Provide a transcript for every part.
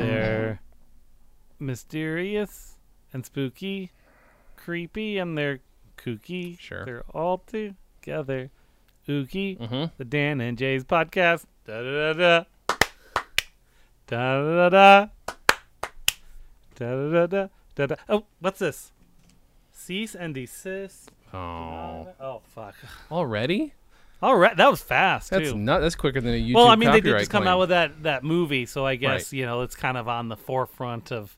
Mm. mysterious and spooky, creepy, and they're kooky. Sure. They're all together. Ookie, Mm-hmm. the Dan and Jay's podcast. Da da da da. Da da da da. Da da da da. Da da. Oh, what's this? Cease and desist. Oh, Oh, fuck. already? All right. That was fast, That's too. not. That's quicker than a YouTube. well, I mean, they copyright did just come claim. out with that that movie, so I guess you know it's kind of on the forefront of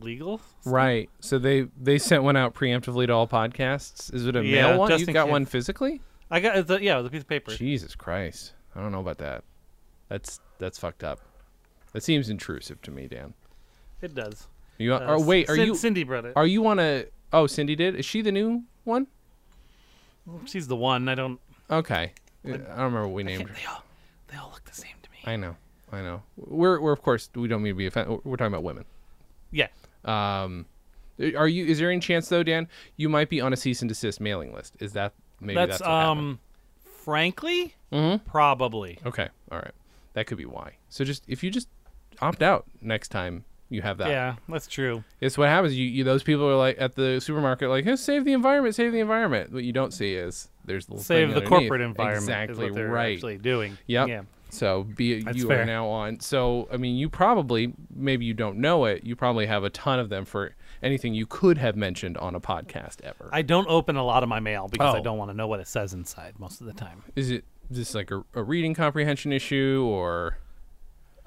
legal. Right. So they they sent one out preemptively to all podcasts. Is it a Yeah, mail one? just You've in got case. one physically? I got it's a, yeah, it was a piece of paper. Jesus Christ. I don't know about that. That's that's fucked up. That seems intrusive to me, Dan. It does. You Uh, are wait, are Cin- you Cindy brought it. are you on a Oh, Cindy did? Is she the new one? She's the one. I don't. Okay. I don't remember what we They named her. all they all look the same to me. I know. I know. We're we're of course we don't mean to be offended. We're talking about women. yeah. Um are you is there any chance though, Dan, you might be on a cease and desist mailing list? Is that maybe that's, that's, what happened? Mm-hmm. um, frankly, probably. Okay. All right. That could be why. So just if you just opt out next time you have that. Yeah, that's true. It's what happens. You, you those people are like at the supermarket like, hey, save the environment, save the environment. What you don't see is there's the little Save thing the underneath. corporate environment. is Exactly what they're right. Actually doing. Yep. Yeah. So be That's you are fair. now on. So I mean, you probably maybe you don't know it. You probably have a ton of them for anything you could have mentioned on a podcast ever. I don't open a lot of my mail because I Oh. don't want to know what it says inside most of the time. Is it just like a, a reading comprehension issue or?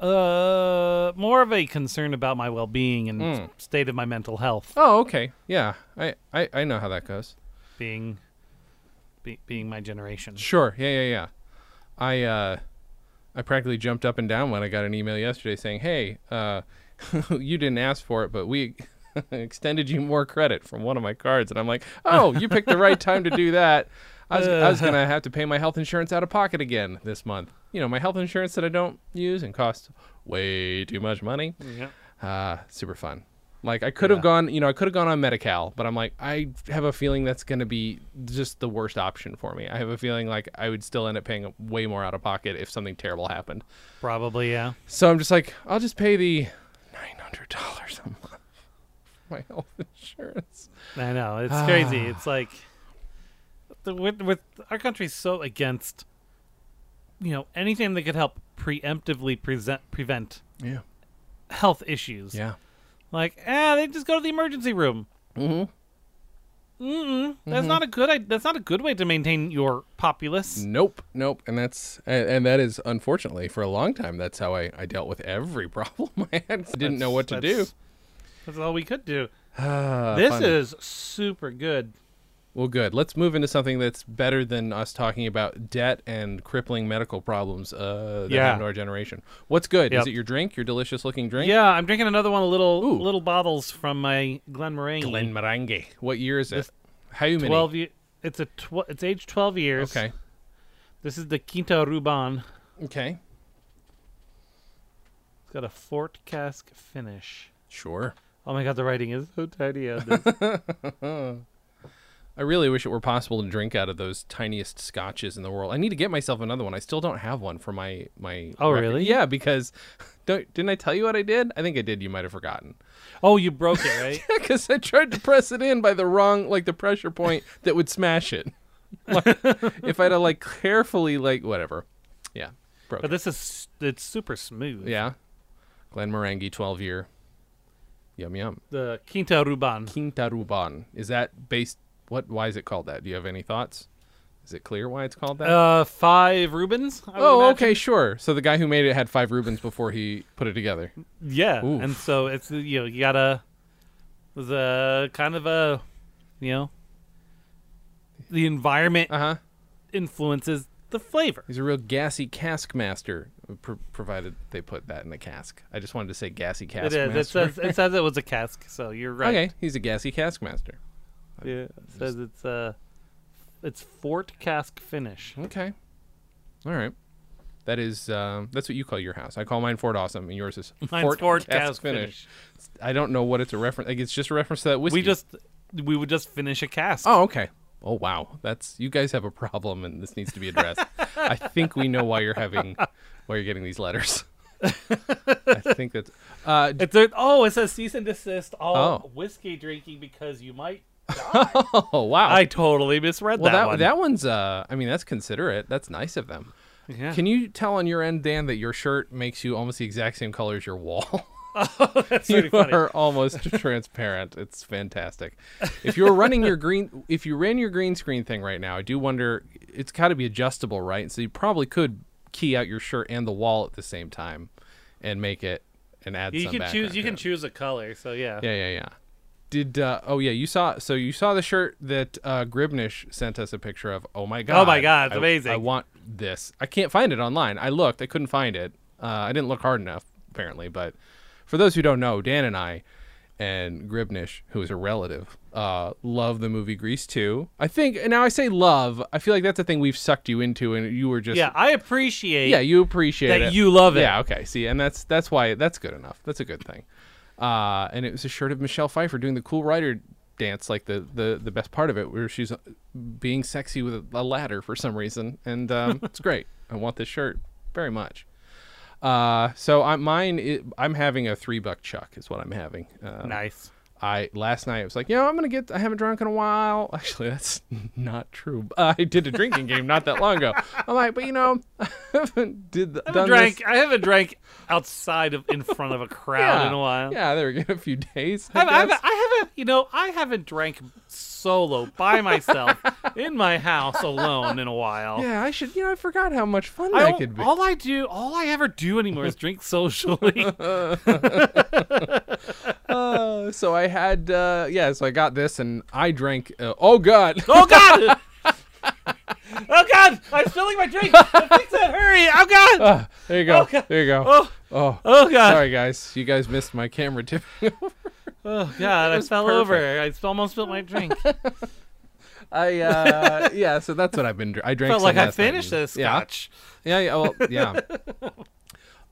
Uh, more of a concern about my well-being and state of my mental health, Oh, okay. Yeah, I I, I know how that goes. being be, being my generation. Sure. Yeah, yeah, yeah. I uh, I practically jumped up and down when I got an email yesterday saying, "Hey, uh, you didn't ask for it, but we extended you more credit from one of my cards." And I'm like, "Oh, you picked the right time to do that." I was, I was gonna have to pay my health insurance out of pocket again this month. You know, my health insurance that I don't use and costs way too much money. Yeah. Uh, super fun. Like I could have gone, you know, I could have gone on Medi-Cal, but I'm like, I have a feeling that's going to be just the worst option for me. I have a feeling like I would still end up paying way more out of pocket if something terrible happened. Probably, yeah. So I'm just like, I'll just pay the nine hundred dollars a month for my health insurance. I know it's crazy. It's like the, with, with our country's so against, you know, anything that could help preemptively present prevent Yeah, health issues. yeah, Like, ah, they just go to the emergency room. Mm-hmm. Mm-mm. That's not a good. i- That's not a good way to maintain your populace. nope, nope, and that's and, and that is unfortunately for a long time that's how I, I dealt with every problem I had. I didn't know what to do. That's- That's all we could do. Ah, this fun. is super good. Well, good. Let's move into something that's better than us talking about debt and crippling medical problems uh, that Yeah. happen to our generation. What's good? Yep. Is it your drink? Your delicious-looking drink? Yeah, I'm drinking another one of little Ooh. little bottles from my Glenmorangie. Glenmorangie. What year is it? How many? Twelve year. It's a tw- it's age twelve years. Okay. This is the Quinta Ruban. Okay. It's got a fort cask finish. Sure. Oh my god, the writing is so tiny on this. I really wish it were possible to drink out of those tiniest scotches in the world. I need to get myself another one. I still don't have one for my my. Oh, record. really? Yeah, because don't didn't I tell you what I did? I think I did. You might have forgotten. oh, you broke it, right? because I tried to press it in by the wrong, like the pressure point that would smash it. Like, if I'd have like carefully, like whatever, yeah, broke. but it. this is it's super smooth. yeah, Glen Morangi, twelve year, yum yum. The Quinta Ruban. Quinta Ruban is that based? What? Why is it called that? Do you have any thoughts? Is it clear why it's called that? Uh, five Rubens. I would oh, imagine. okay, sure. So the guy who made it had five Rubens before he put it together. Yeah, Oof. and so it's you know you gotta the kind of a you know the environment Uh huh. influences the flavor. He's a real gassy cask master, pr- provided they put that in the cask. I just wanted to say gassy cask it is. master. It says it says it was a cask, so you're right. Okay, he's a gassy cask master. Yeah, it says it's uh it's fort cask finish. Okay, all right. That is um, that's what you call your house. I call mine Fort Awesome, and yours is Mine's Fort Cask Finish. I don't know what it's a reference. Like it's just a reference to that whiskey. We just we would just finish a cask. Oh, okay. Oh wow, that's you guys have a problem, and this needs to be addressed. I think we know why you're having why you're getting these letters. I think that's. Uh, It's a, oh, it says cease and desist all Oh. whiskey drinking because you might. oh wow. I totally misread well, that, that one. that one's. Uh, I mean, that's considerate. That's nice of them. Yeah. Can you tell on your end, Dan, that your shirt makes you almost the exact same color as your wall? Oh, That's you pretty funny. are almost transparent. It's fantastic. If you were running your green, if you ran your green screen thing right now, I do wonder. It's got to be adjustable, right? So you probably could key out your shirt and the wall at the same time, and make it and add. You some can choose. background You to can it. choose a color. So yeah. Yeah, yeah, yeah. Did uh, oh yeah, you saw so you saw the shirt that uh, Gribnish sent us a picture of. Oh my god! Oh my God, it's I- amazing. I want this. I can't find it online. I looked, I couldn't find it. Uh, I didn't look hard enough apparently. But for those who don't know, Dan and I and Gribnish, who is a relative, uh, love the movie Grease too. I think and now I say love. I feel like that's a thing we've sucked you into, and you were just Yeah, I appreciate. yeah, you appreciate that it. you love it. Yeah, okay. See, and that's that's why that's good enough. That's a good thing. Uh, and it was a shirt of Michelle Pfeiffer doing the cool rider dance, like the the the best part of it, where she's uh, being sexy with a, a ladder for some reason, and um, it's great. I want this shirt very much. Uh, so I, mine, i I'm having a three buck chuck is what I'm having. Uh, Nice. I last night I was like, you know, I'm gonna get. I haven't drunk in a while. Actually, that's not true. I did a drinking game not that long ago. I'm like, but you know, I haven't did the, I haven't done drank. this. I haven't drank outside of in front of a crowd yeah, in a while. Yeah, there we go. A few days. I I've, I've, guess. I haven't, you know, I haven't drank solo by myself in my house alone in a while. yeah, I should. You know, I forgot how much fun I that don't- could be. All I do, all I ever do anymore is drink socially. Uh, so I had. Uh, yeah, so I got this, and I drank. Uh, oh God. oh God! oh God! I'm spilling my drink. Fix that! Hurry! Oh God! Ah, there you go. Oh, God. There you go. Oh. oh, oh God! Sorry, guys. You guys missed my camera tipping over. Oh God! I was fell over. I almost spilled my drink. I uh, yeah. So that's what I've been. Dr- I drank. Felt some like I last night. finished this Yeah. scotch. Yeah, yeah, well, yeah.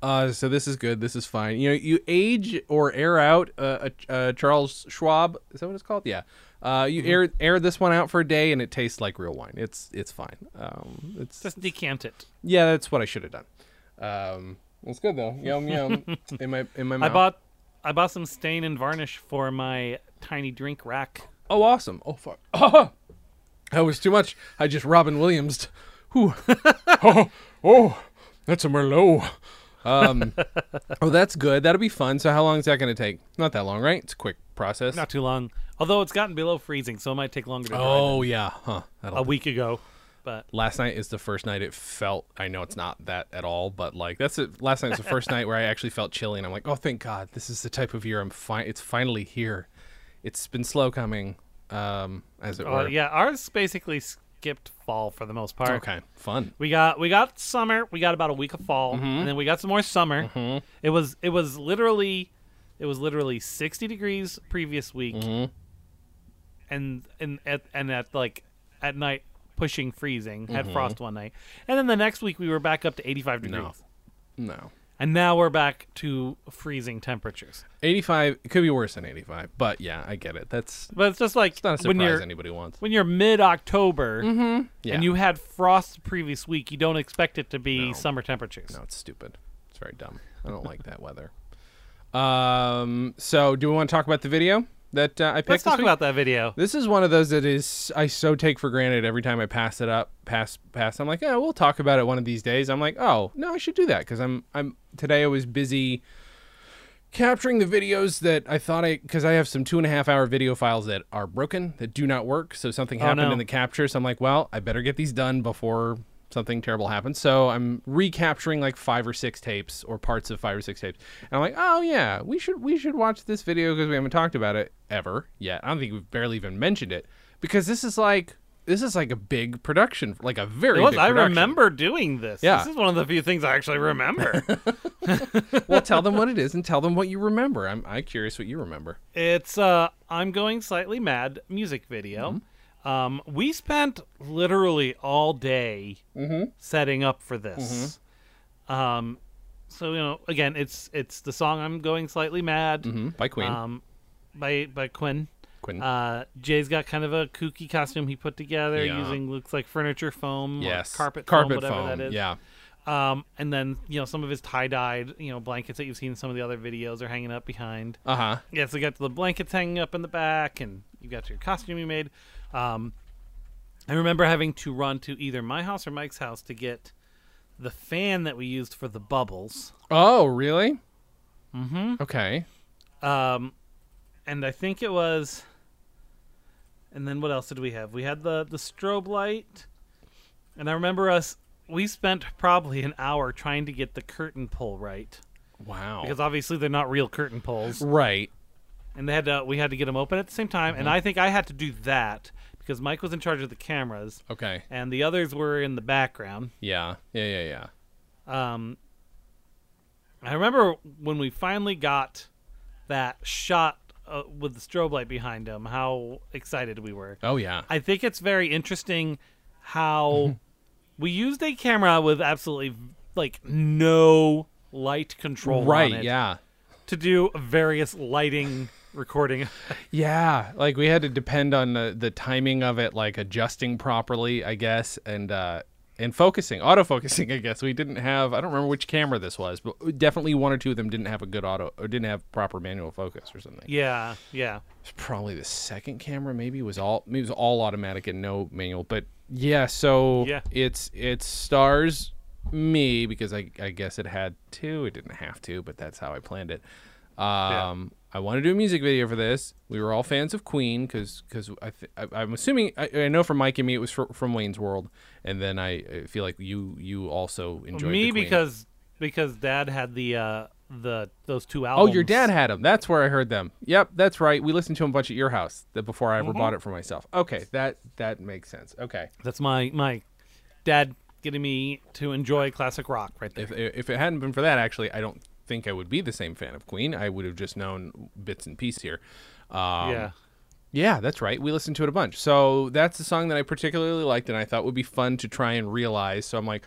Uh, so this is good. This is fine. You know, you age or air out uh, a, a Charles Schwab. Is that what it's called? Yeah. Uh, Mm-hmm. you air air this one out for a day, and it tastes like real wine. It's it's fine. Um, it's Just decant it. yeah, that's what I should have done. Um, it's good though. Yum yum. in my in my I mouth. bought, I bought some stain and varnish for my tiny drink rack. oh, awesome. Oh fuck. Oh, that was too much. I just Robin Williams. Whew. oh, oh, that's a Merlot. Um, oh, that's good. That'll be fun. So, how long is that going to take? Not that long, right? It's a quick process. Not too long. Although it's gotten below freezing, so it might take longer to dry. oh, yeah. Huh. than That'll a week ago. But last night is the first night it felt I know it's not that at all, but like that's it last night's the first night where I actually felt chilly and I'm like, Oh thank God, this is the type of year I'm fine it's finally here. It's been slow coming, um, as it uh, were. yeah, ours basically skipped fall for the most part. Okay. Fun. We got we got summer. We got about a week of fall, Mm-hmm. and then we got some more summer. It was it was literally it was literally sixty degrees previous week, Mm-hmm. and and at and at like at night pushing freezing. Mm-hmm. Had frost one night, and then the next week we were back up to eighty five degrees, No. and now we're back to freezing temperatures. 85 it could be worse than 85 but yeah i get it that's But it's just like not a when surprise you're anybody wants when you're mid October yeah and you had frost the previous week, you don't expect it to be No. summer temperatures. no it's stupid it's very dumb i don't like that weather um so do we want to talk about the video that uh, i picked Let's this talk week? about that video. this is one of those that is i so take for granted every time i pass it up pass pass i'm like yeah we'll talk about it one of these days i'm like oh no i should do that because i'm i'm today i was busy capturing the videos that I thought I because I have some two and a half hour video files that are broken that do not work. So something happened Oh, no. in the capture. So I'm like, well, I better get these done before something terrible happens. So I'm recapturing like five or six tapes or parts of five or six tapes. And I'm like, oh yeah, we should we should watch this video because we haven't talked about it ever yet. I don't think we've barely even mentioned it because this is like this is like a big production, like a very It was. big I production. remember doing this. Yeah. This is one of the few things I actually remember. well, tell them what it is and tell them what you remember. I'm I curious what you remember. it's uh I'm going slightly mad music video. Mm-hmm. Um we spent literally all day Mm-hmm. setting up for this. Um so you know, again, it's it's the song I'm going slightly mad hmm By Queen. um by by Quinn. Quinn. Uh, Jay's got kind of a kooky costume he put together Yeah. using looks like furniture foam, or yes. carpet, foam, whatever that is. Yeah. Um, and then you know some of his tie-dyed you know blankets that you've seen in some of the other videos are hanging up behind. Uh huh. Yeah, so you got the blankets hanging up in the back, and you got your costume you made. Um, I remember having to run to either my house or Mike's house to get the fan that we used for the bubbles. Oh, really? Mm-hmm. Okay. Um, and I think it was. And then what else did we have? We had the the strobe light, and I remember us. We spent probably an hour trying to get the curtain pull right Wow. because obviously they're not real curtain poles, right. and they had to we had to get them open at the same time. Mm-hmm. And I think I had to do that because Mike was in charge of the cameras, Okay. and the others were in the background. Yeah. Yeah. Yeah. Yeah. Um, I remember when we finally got that shot uh, with the strobe light behind him, how excited we were. Oh yeah. I think it's very interesting Mm-hmm. how we used a camera with absolutely like no light control on right. it Yeah. to do various lighting recording. Yeah, like we had to depend on the, the timing of it, like adjusting properly, I guess, and uh, and focusing, auto focusing. I guess we didn't have. I don't remember which camera this was, but definitely one or two of them didn't have a good auto or didn't have proper manual focus or something. yeah, yeah. It's probably the second camera, maybe was all maybe it was all automatic and no manual. But yeah, so Yeah. it's it stars me because I I guess it had to. It didn't have to, but that's how I planned it. Um, I want to do a music video for this. We were all fans of Queen because I, th- I I'm assuming I, I know from Mike and me it was fr- from Wayne's World, and then I uh, feel like you you also enjoyed Me the Queen. because because dad had the uh the those two Oh, albums. your dad had them. That's where I heard them. Yep, that's right. We listened to them a bunch at your house that before I ever bought it for myself. Okay, that that makes sense. Okay, That's my my dad getting me to enjoy classic rock right there. if if it hadn't been for that, actually, I don't think I would be the same fan of Queen. I would have just known bits and pieces here. Um, yeah. Yeah, that's right. We listened to it a bunch. So that's the song that I particularly liked and I thought would be fun to try and realize. So I'm like,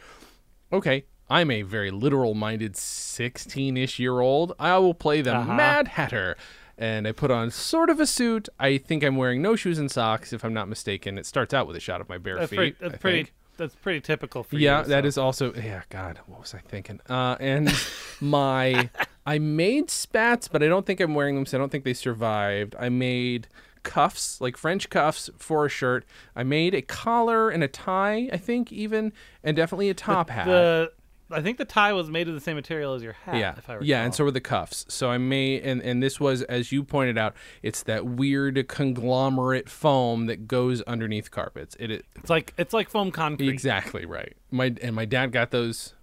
okay, I'm a very literal minded 16 ish year old. I will play the Uh-huh. Mad Hatter. And I put on sort of a suit. I think I'm wearing no shoes and socks, if I'm not mistaken. It starts out with a shot of my bare That's feet. pretty I that's pretty think. that's pretty typical for you. Yeah, that so. is also. Yeah, God, what was I thinking? Uh, and my, I made spats, but I don't think I'm wearing them, so I don't think they survived. I made cuffs, like French cuffs for a shirt. I made a collar and a tie, I think, even, and definitely a top hat. the I think the tie was made of the same material as your hat. yeah, If I recall. yeah, and so were the cuffs. So I made, and and this was, as you pointed out, it's that weird conglomerate foam that goes underneath carpets. It, it it's like it's like foam concrete. Exactly right. My and my dad got those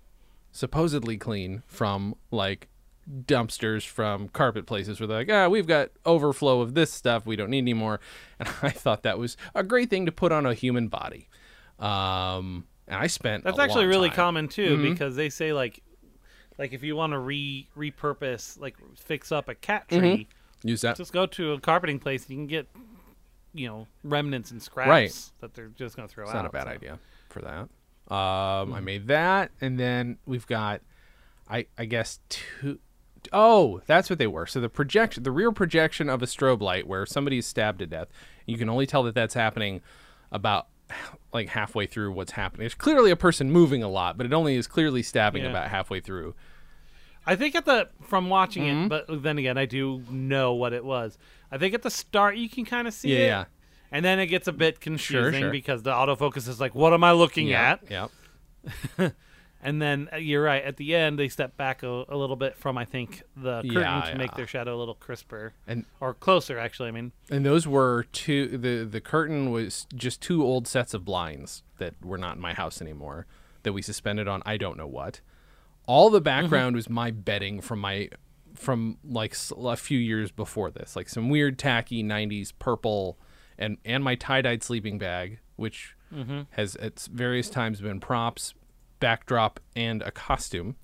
supposedly clean from like dumpsters from carpet places where they're like, ah, we've got overflow of this stuff, we don't need anymore. And I thought that was a great thing to put on a human body. Um, and I spent That's a actually long really time- Mm-hmm. common too because they say like like if you want to re repurpose like fix up a cat Mm-hmm. tree, use that. just go to a carpeting place and you can get you know remnants and scraps that they're just going to throw It's out. not a bad so. idea for that. Um, I made that, and then we've got, I I guess two oh that's what they were. So the projection, the rear projection of a strobe light, where somebody is stabbed to death. You can only tell that that's happening about like halfway through what's happening. There's clearly a person moving a lot, but it only is clearly stabbing Yeah. about halfway through. I think at the from watching Mm-hmm. it, but then again, I do know what it was. I think at the start you can kind of see Yeah, it, yeah. and then it gets a bit confusing sure. because the autofocus is like, "What am I looking at?" yeah. And then uh, you're right. At the end, they step back a, a little bit from I think the curtain Yeah, to yeah. make their shadow a little crisper And or closer. Actually, I mean, And those were two. the The curtain was just two old sets of blinds that were not in my house anymore. That we suspended on I don't know what. All the Mm-hmm. background was my bedding from my from like s- a few years before this, like some weird tacky '90s purple, and and my tie dyed sleeping bag, which Mm-hmm. has at various times been props, backdrop, and a costume.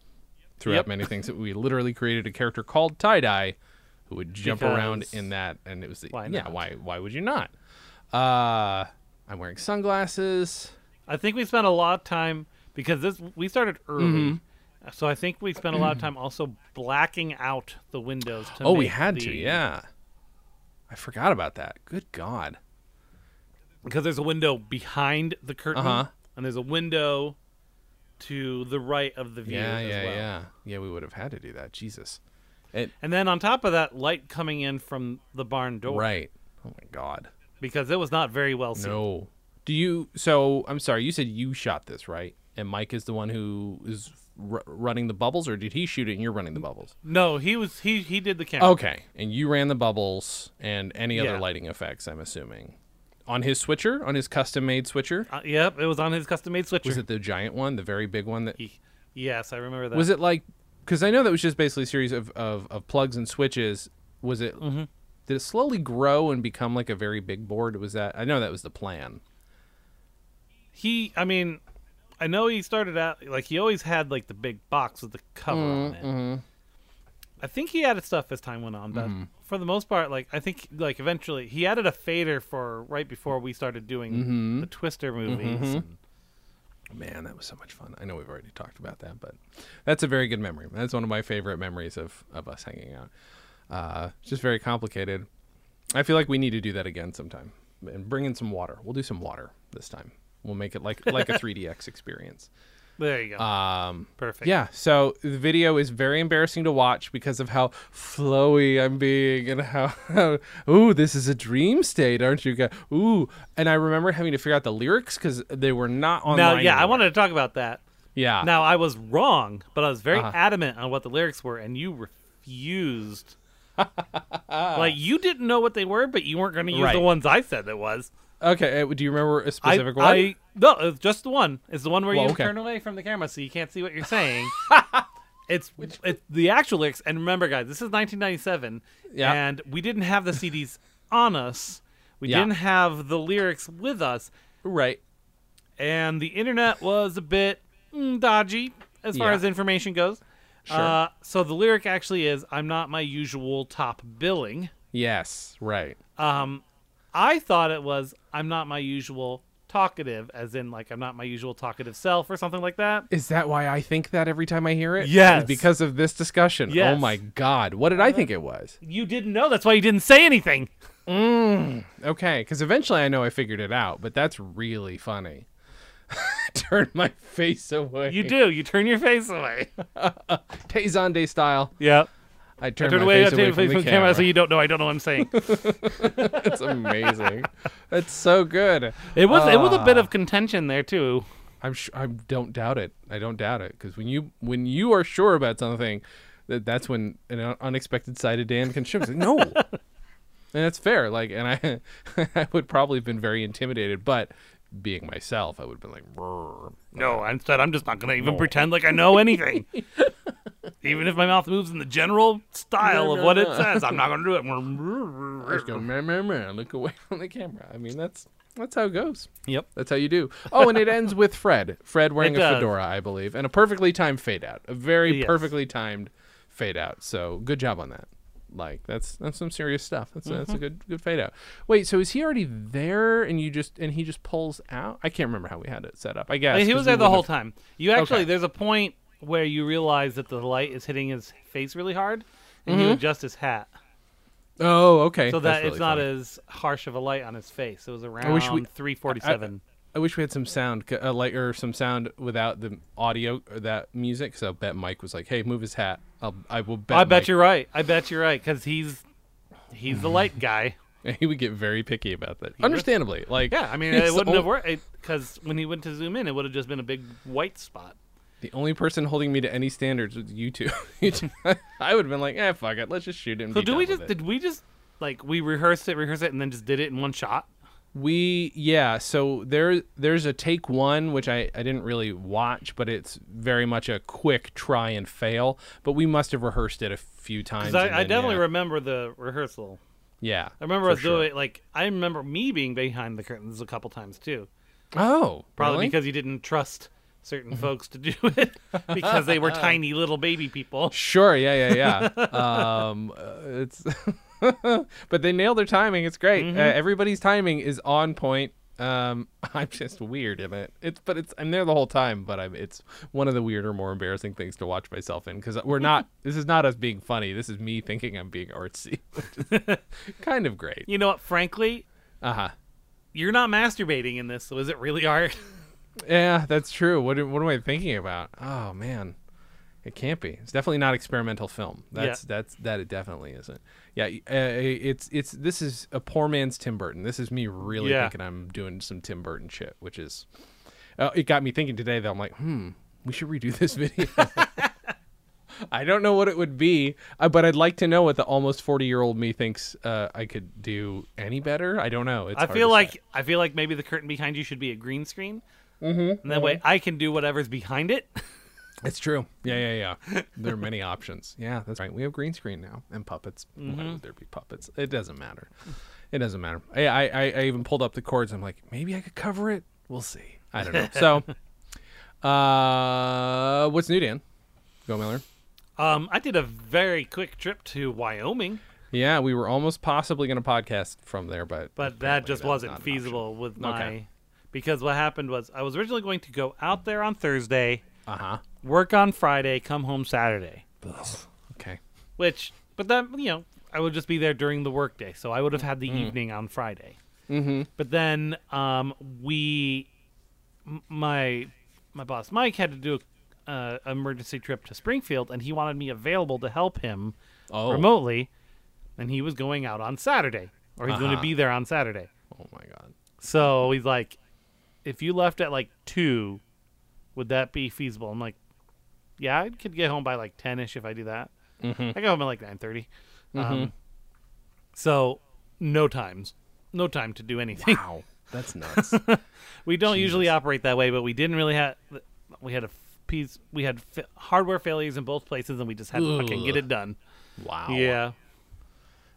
Throughout Yep. many things, we literally created a character called Tie Dye, who would jump around Because- in that, and it was the Why yeah, not? why why would you not? Uh I'm wearing sunglasses. I think we spent a lot of time because this we started early, Mm-hmm. so I think we spent a lot of time also blacking out the windows. To Oh, we make had the- to, yeah. I forgot about that. Good God. because there's a window behind the curtain Uh-huh. and there's a window to the right of the view yeah, as yeah, well. yeah, yeah. We would have had to do that. Jesus. It, And then on top of that, light coming in from the barn door right. Oh my God. because it was not very well seen. No. Do you? So I'm sorry. You said you shot this, right? And Mike is the one who is r- running the bubbles, or did he shoot it and you're running the bubbles? No, he was he he did the camera. Okay. And you ran the bubbles and any other Yeah. lighting effects, I'm assuming. On his switcher, on his custom made switcher, Uh, yep, it was on his custom made switcher. was it the giant one, the very big one that He- yes, I remember that. was it like? Because I know that was just basically a series of of, of plugs and switches. Was it? Did it slowly grow and become like a very big board? Was that? I know that was the plan. he i mean i know he started out like he always had like the big box with the cover on it i think he added stuff as time went on but Mm-hmm. for the most part like i think like eventually he added a fader for right before we started doing Mm-hmm. the twister movies and- Man, that was so much fun. I know we've already talked about that, but that's a very good memory. That's one of my favorite memories of, of us hanging out. Uh, it's just very complicated. I feel like we need to do that again sometime and bring in some water. We'll do some water this time. We'll make it like like a 3DX experience. there you go Um, perfect yeah, so the video is very embarrassing to watch because of how flowy I'm being and how, how ooh, this is a dream state, aren't you guys? Ooh, and I remember having to figure out the lyrics because they were not online. now yeah i anymore. wanted to talk about that Yeah. Uh-huh. now i was wrong but i was very adamant on what the lyrics were and you refused like you didn't know what they were but you weren't going to use Right. the ones i said it was Okay, uh, do you remember a I- specific one? I, no, it's just the one. It's the one where Well, you okay. turn away from the camera so you can't see what you're saying. it's it's the actual lyrics. And remember, guys, this is 1997, Yeah. and we didn't have the CDs on us. We Yeah. didn't have the lyrics with us, right. and the internet was a bit mm, dodgy as far Yeah. as information goes. Sure. Uh, so the lyric actually is, "I'm not my usual top billing." Yes, right. Um, I thought it was I'm not my usual talkative, as in like I'm not my usual talkative self or something like that. Is that why I think that every time I hear it? Yes. Is Because of this discussion. Oh Yes. my God. What did I think it was? You didn't know. That's why you didn't say anything. Okay, because eventually I know I figured it out, but that's really funny. Turn my face away. You do. You turn your face away. Taizande style. Yep. I turn, Turn my away, face away turn from the from camera. the camera so you don't know. I don't know what I'm saying. That's amazing. that's so good. It was it was a bit of contention there too. I'm sure. I don't doubt it. I don't doubt it because when you when you are sure about something, that that's when an un- unexpected side of Dan can show. It's like, no, and that's fair. Like, and I I would probably have been very intimidated, but being myself, I would have been like, "Brr." No, instead I'm just not gonna even pretend like I know anything. even if my mouth moves in the general style of what it says, I'm not gonna do I it. just go, meh, meh, meh, and look away from the camera. I mean, that's that's how it goes. Yep. That's how you do. Oh, and it ends with Fred. Fred wearing It a does. fedora, I believe, and a perfectly timed fade out. A very Yes. perfectly timed fade out. So good job on that. Like that's that's some serious stuff. That's that's Mm-hmm. a good good fade out. Wait, so is he already there and you just and he just pulls out? I can't remember how we had it set up. I guess he 'cause was we there the wouldn't whole have- time. You actually, Okay. there's a point where you realize that the light is hitting his face really hard, and you adjust his hat Oh, okay. so Mm-hmm. That's that really it's not funny. as harsh of a light on his face. It was around wish we- 347. I wish we had some sound, c- uh, like or some sound without the audio or that music. So I bet Mike was like, "Hey, move his hat." I'll, I will bet. I, bet Mike- you're right. I bet you're right because he's he's the light guy. He would get very picky about that. Understandably, like Yeah, I mean, he's it the wouldn't have ol- worked because when he went to zoom in, it would have just been a big white spot. The only person holding me to any standards was you two. You two- I would have been like, "Eh, fuck it, let's just shoot it." And So be do we done with just it." did we just like we rehearsed it, rehearsed it, and then just did it in one shot? We yeah, so there there's a take one which I, I didn't really watch, but it's very much a quick try and fail. But we must have rehearsed it a few times. 'Cause and I, I then, definitely yeah, remember the rehearsal. yeah. I remember for us sure. doing like I remember me being behind the curtains a couple times too. Oh, Probably really? Mm-hmm. because you didn't trust certain folks to do it because they were tiny little baby people. Sure. Yeah. Yeah. Yeah. um, uh, it's, but they nailed their timing. It's great. Uh, everybody's timing is on point. Um, I'm just weird in it. It's, but it's, I'm there the whole time. But I'm, it's one of the weirder, more embarrassing things to watch myself in because we're not. this is not us being funny. This is me thinking I'm being artsy, which is kind of great. You know what? Frankly, Uh huh. you're not masturbating in this, so is it really art? Yeah, that's true. What am- what am I thinking about? Oh man, it can't be. It's definitely not experimental film. That's that's that it definitely isn't. Yeah, y- uh, it's it's this is a poor man's Tim Burton. This is me really Yeah. thinking I'm doing some Tim Burton shit, which is uh, it got me thinking today that I'm like, hmm, we should redo this video. I don't know what it would be, uh, but I'd like to know what the almost forty year old me thinks uh, I could do any better. I don't know. It's I hard feel to say. like I feel like maybe the curtain behind you should be a green screen. Mm-hmm, and that way I can do whatever's behind it. It's true. Yeah, yeah, yeah. There are many options. Yeah, that's right. We have green screen now and puppets. Why Mm-hmm. would there be puppets? It doesn't matter. It doesn't matter. I, I, I I even pulled up the chords. I'm like, maybe I could cover it. We'll see. I don't know. So, uh, what's new, Dan? Go Miller. Um, I did a very quick trip to Wyoming, Yeah, we were almost possibly going to podcast from there, but but that apparently just that's not wasn't an option. feasible with my Okay. because what happened was I was originally going to go out there on Thursday, Uh huh. work on Friday, come home Saturday. Okay. Which, but then you know, I would just be there during the workday, so I would have had the evening on Friday. Mm-hmm. But then um, we, m- my my boss Mike had to do a uh, emergency trip to Springfield, and he wanted me available to help him Oh. remotely, and he was going out on Saturday, or he's going to Uh-huh. be there on Saturday. Oh my God. So he's like, if you left at like two, would that be feasible? I'm like, yeah, I could get home by like ten ish if I do that. Mm-hmm. I got home at like nine Um, so no times, no time to do anything. Wow. That's nuts. We don't usually operate that way, but we didn't really have. We had a f- piece. We had f- hardware failures in both places, and we just had to fucking get Ugh. it done. wow. Yeah.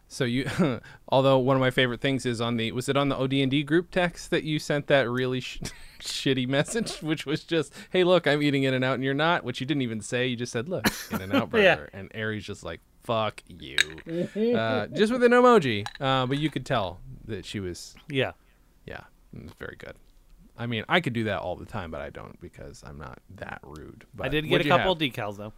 So you, although one of my favorite things is on the was it on the OD&D group text that you sent that really sh- shitty message, which was just, "Hey, look, I'm eating In and Out, and you're not," which you didn't even say. You just said, "Look, In and Out Yeah. Burger," and Aries just like, "Fuck you," uh, just with an emoji. Uh, but you could tell that she was, Yeah. yeah, it was very good. I mean, I could do that all the time, but I don't because I'm not that rude. But I did get a what'd you couple have? decals though.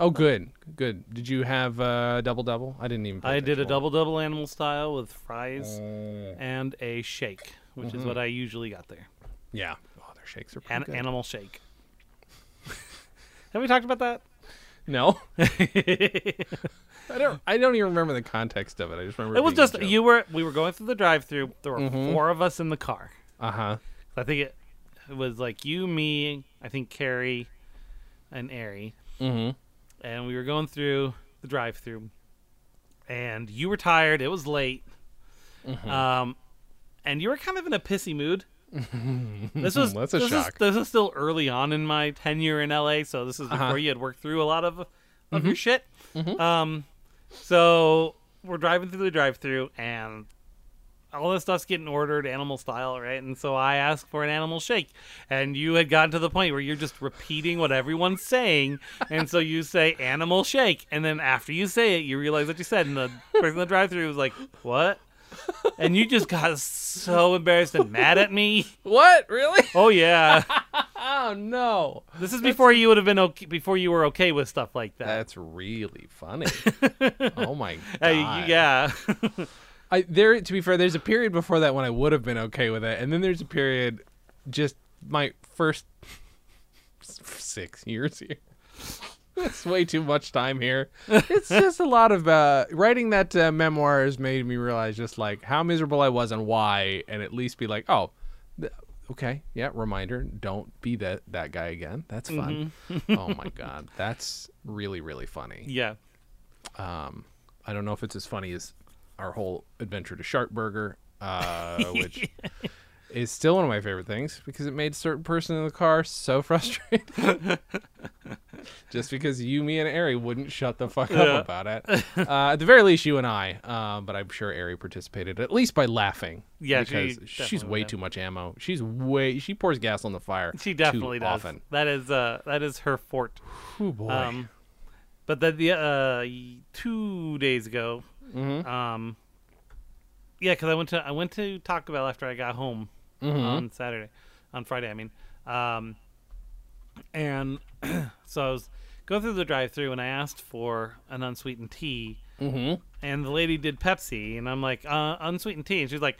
oh, good, good. Did you have uh, double double? I didn't even. pay I did a attention. double double animal style with fries and a shake, which is what I usually got there. Yeah. Oh, their shakes are pretty An- good. animal shake. Have we talked about that? No, I don't. I don't even remember the context of it. I just remember It was just you were we were going through the drive through. There were four of us in the car. Uh huh. I think it, it was like you, me, I think Carrie, and Ari. Mm-hmm. And we were going through the drive through, and you were tired. It was late. Mm-hmm. Um, and you were kind of in a pissy mood. this was That's a this is- shock. this is still early on in my tenure in LA, so this is before Uh-huh. you had worked through a lot of of Mm-hmm. your shit. Um, so we're driving through the drive-through, and all this stuff's getting ordered animal style, right? And so I asked for an animal shake, and you had gotten to the point where you're just repeating what everyone's saying, and so you say animal shake, and then after you say it, you realize what you said, and the person in the drive-through was like, "What?" And you just got so embarrassed and mad at me. What? Really? Oh yeah, Oh no. this is before you would have been okay, before you were okay with stuff like that. That's really funny. oh my god. Hey, yeah, I there. To be fair, there's a period before that when I would have been okay with it, and then there's a period, just my first six years here. It's way too much time here. It's just a lot of uh, writing that uh, memoir has made me realize just like how miserable I was and why, and at least be like, oh, th- okay, yeah, reminder, don't be that that guy again. That's fun. oh my god, that's really really funny. yeah. I don't know if it's as funny as our whole adventure to Sharkburger, uh, which is still one of my favorite things because it made certain person in the car so frustrated. Just because you, me, and Ari wouldn't shut the fuck up Yeah. about it. Uh, at the very least, you and I. Um, but I'm sure Ari participated at least by laughing. Yeah, she because she's definitely way would have. too much ammo. She's way she pours gas on the fire. She too definitely does. Often. That is uh that is her fort. Oh boy. Um, but then the uh y- two days ago, um, yeah, because I went to I went to Taco Bell after I got home on Saturday, on Friday. I mean, um, and so I was going through the drive-through and I asked for an unsweetened tea, mm-hmm. and the lady did Pepsi, and I'm like uh, unsweetened tea, and she's like.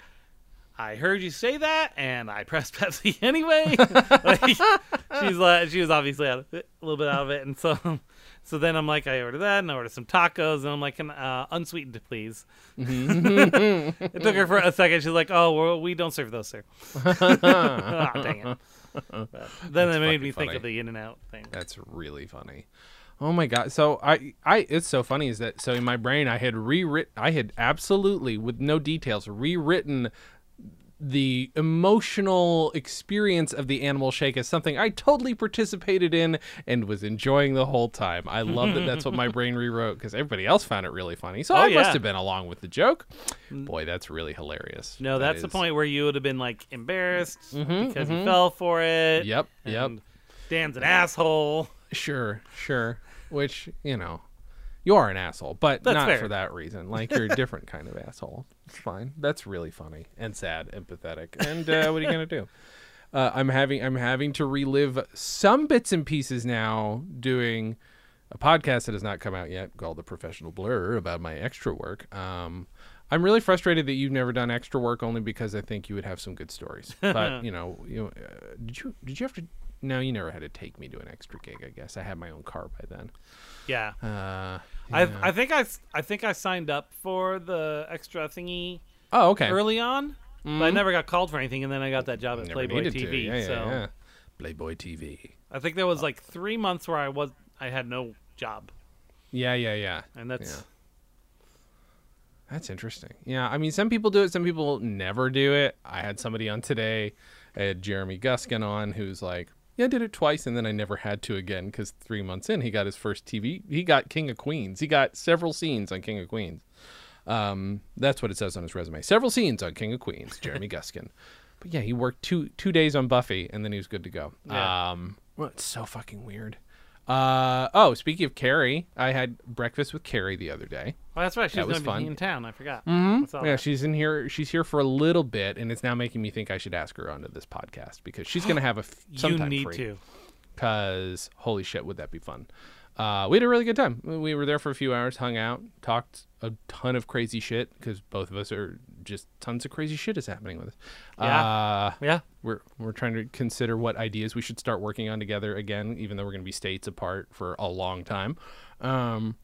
I heard you say that, and I pressed Pepsi anyway. like, she's like, she was obviously out of it, a little bit out of it, and so, so then I'm like, I ordered that, and I ordered some tacos, and I'm like, "Can, uh, unsweetened, please. it took her for a second. She's like, Oh, well, we don't serve those, sir. Ah, dang it. But then it made fucking me think funny. of the In and Out thing. That's really funny. Oh my god. So I I it's so funny is that so in my brain I had rewritten I had absolutely with no details rewritten the emotional experience of the animal shake as something I totally participated in and was enjoying the whole time. I love that that's what my brain rewrote because everybody else found it really funny. So I must Oh, yeah. Mm. have been along with the joke. Boy, that's really hilarious. No, That that's the is- point where you would have been like embarrassed because you fell for it. Yep, yep. and Dan's an asshole. Sure, sure. Which you know, you are an asshole, but That's not fair. for that reason. Like you're a different kind of asshole. It's fine. That's really funny and sad and pathetic. And uh, what are you gonna do? Uh, I'm having I'm having to relive some bits and pieces now doing a podcast that has not come out yet called The Professional Blur about my extra work. Um, I'm really frustrated that you've never done extra work only because I think you would have some good stories. But you know, you uh, did you did you have to? No, you never had to take me to an extra gig. I guess I had my own car by then. Yeah, Uh, I I think I s- I think I signed up for the extra thingy oh, okay. Mm-hmm. early on, but I never got called for anything, and then I got that job at Never Playboy needed to. TV. Yeah, yeah, so yeah. Playboy TV. I think there was like three months where I was I had no job, Yeah, yeah, yeah. and that's Yeah. That's interesting. Yeah, I mean, some people do it, some people never do it. I had somebody on today. I had Jeremy Guskin on, who's like, yeah, I did it twice, and then I never had to again because three months in, he got his first TV. He got King of Queens. He got several scenes on King of Queens. Um, that's what it says on his resume. Several scenes on King of Queens, Jeremy Guskin. But yeah, he worked two two days on Buffy, and then he was good to go. Yeah. Um, well, it's so fucking weird. Uh, oh, speaking of Carrie, I had breakfast with Carrie the other day. well, that's right. She's That was gonna be fun. Mm-hmm. in town. I forgot. I saw Yeah, that. she's in here. She's here for a little bit, and it's now making me think I should ask her onto this podcast because she's gonna have a f- you sometime need free. to. Because holy shit, would that be fun? Uh, we had a really good time. We- We were there for a few hours, hung out, talked a ton of crazy shit because both of us are just tons of crazy shit is happening with us. Yeah. Uh, Yeah, we're we're trying to consider what ideas we should start working on together again, even though we're gonna be states apart for a long time. Um,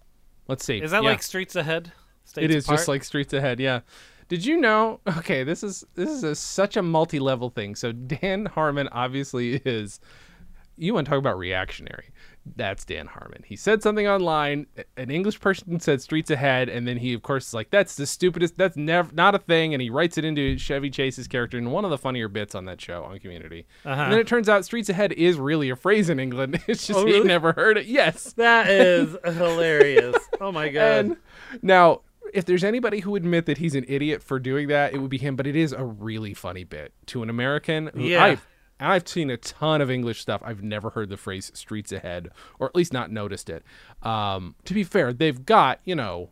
let's see. is that Yeah. like Streets Ahead? States It is just Apart? like Streets Ahead, yeah. Did you know? Okay, this is this is a, such a multi-level thing. So Dan Harmon obviously is. You want to talk about reactionary? That's Dan Harmon. He said something online. a- An English person said "Streets Ahead," and then he, of course, is like, "That's the stupidest. That's never not a thing." And he writes it into Chevy Chase's character in one of the funnier bits on that show on Community. Uh-huh. Oh, And then it turns out "Streets Ahead" is really a phrase in England. It's just he really? never heard it. Yes. that is hilarious. Oh my god. And now, if there's anybody who would admit that he's an idiot for doing that, it would be him. But it is a really funny bit to an American. who- Yeah. I've, I've seen a ton of English stuff. I've never heard the phrase "streets ahead," or at least not noticed it. Um, to be fair, they've got you know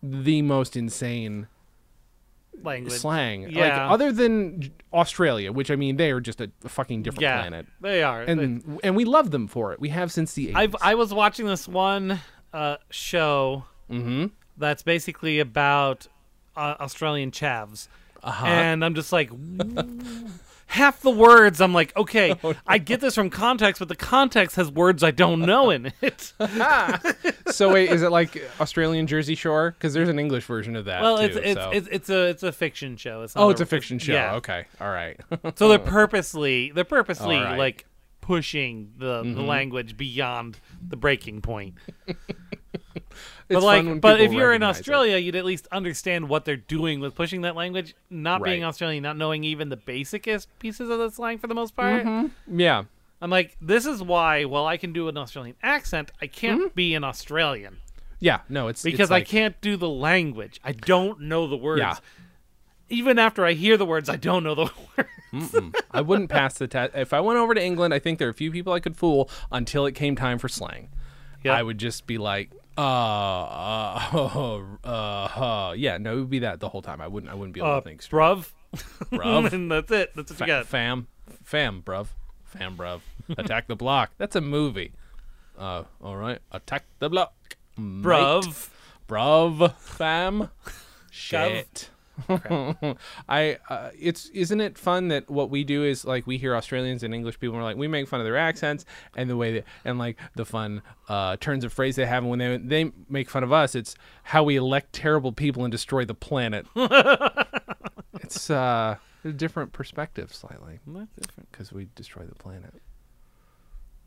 the most insane language. slang. Like Yeah. other than J- Australia, which I mean, they are just a, a fucking different yeah, planet. they are. They- And and we love them for it. We have since the 80s. I've I was watching this one uh, show Mm-hmm. that's basically about uh, Australian chavs, Uh-huh. and I'm just like. Half the words, I'm like, okay, Oh, I get this from context, but the context has words I don't know in it. so wait, is it like Australian Jersey Shore? Because there's an English version of that. well, too, it's it's, so. it's it's a it's a fiction show. It's not oh, it's a fiction show. Yeah. Okay, all right. So they're purposely they're purposely All right. Mm-hmm. like pushing the, the language beyond the breaking point. It's but fun when like, but people if you're in recognize it. Australia, you'd at least understand what they're doing with pushing that language. Not being Right. Australian, not knowing even the basicest pieces of the slang for the most part. yeah, I'm like, this is why. While I can do an Australian accent, I can't be an Australian yeah, no, it's it's because I like- can't do the language. I don't know the words. Yeah. Even after I hear the words, I don't know the words. I wouldn't pass the test if I went over to England. I think there are a few people I could fool until it came time for slang. Yeah. I would just be like, uh, uh, uh, uh, yeah, no, it would be that the whole time. I wouldn't, I wouldn't be able Uh, to think straight. bruv. Bruv. and that's it. That's what you Fa- got. fam, fam, bruv, fam, bruv. Attack the block. That's a movie. Uh, all right, attack the block, mate. Bruv. bruv, fam, shit. I uh, it's isn't it fun that what we do is like we hear Australians and English people and we're like we make fun of their accents and the way that and like the fun uh, turns of phrase they have and when they they make fun of us it's how we elect terrible people and destroy the planet. it's uh a different perspective slightly That's different. because we destroy the planet.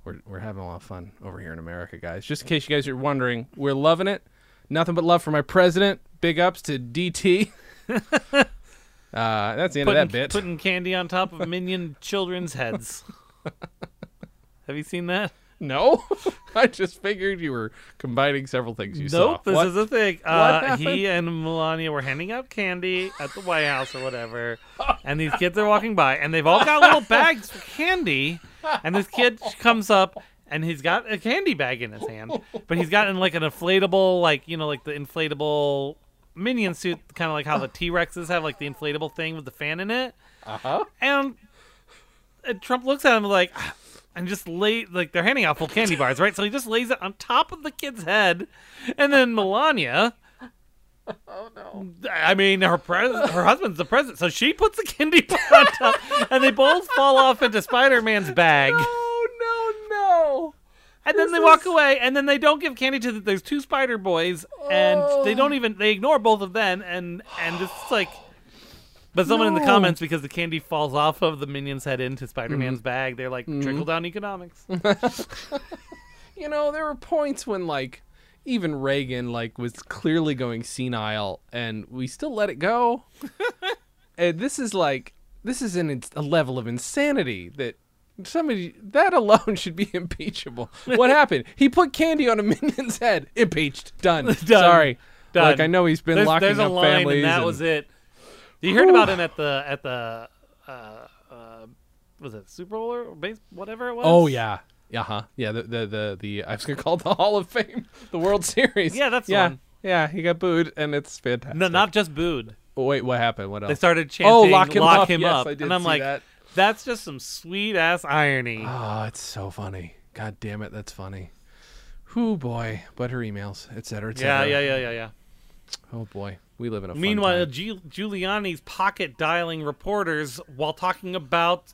We're, we're having a lot of fun over here in America, guys. Just in case you guys are wondering, we're loving it. Nothing but love for my president. Big ups to DT. uh, that's the end Putting, of that bit. putting candy on top of minion children's heads. Have you seen that? no, I just figured you were combining several things you saw. nope, this What? is a thing. Uh, happened? he and Melania were handing out candy at the White House or whatever, and these kids are walking by, and they've all got little bags for candy, and this kid comes up. And he's got a candy bag in his hand, but he's got in like an inflatable, like you know, like the inflatable minion suit, kind of like how the T Rexes have like the inflatable thing with the fan in it. Uh-huh. And uh, Trump looks at him like, "Ah," and just lay like they're handing out full candy bars, right? So he just lays it on top of the kid's head, and then Melania. Oh no! I mean, her pres- her husband's the president, so she puts the candy bar on top, and they both fall off into Spider Man's bag, Oh no, no. and then they walk away, and then they don't give candy to the- those two Spider Boys, and they Oh. don't even they ignore both of them, and and it's like. But someone in the No. comments, because the candy falls off of the minion's head into Spider Man's bag, they're like Mm-hmm. trickle down economics. you know there were points when like even reagan like was clearly going senile and we still let it go and this is like this is an ins- a level of insanity that somebody that alone should be impeachable what happened he put candy on a minion's head impeached done, sorry Done. like i know he's been there's, locking there's a up line, families and that and- was it. You heard about him at the at the uh, uh, was it Super Bowl or base whatever it was? oh yeah uh huh. Yeah, the, the the the I was gonna call it the Hall of Fame, the World Series. Yeah, that's the yeah, one. yeah. He got booed, and it's fantastic. No, not just booed. Wait, what happened? What else? They started chanting, Oh. lock him up." Yes, up." I did and I'm see like, that. that's just some sweet ass irony. Oh, it's so funny. God damn it, that's funny. Whoo boy, but her emails, etc. Cetera, et yeah, cetera. yeah, yeah, yeah, yeah. Oh boy, we live in a. fun Meanwhile, time. Gi- Giuliani's pocket dialing reporters while talking about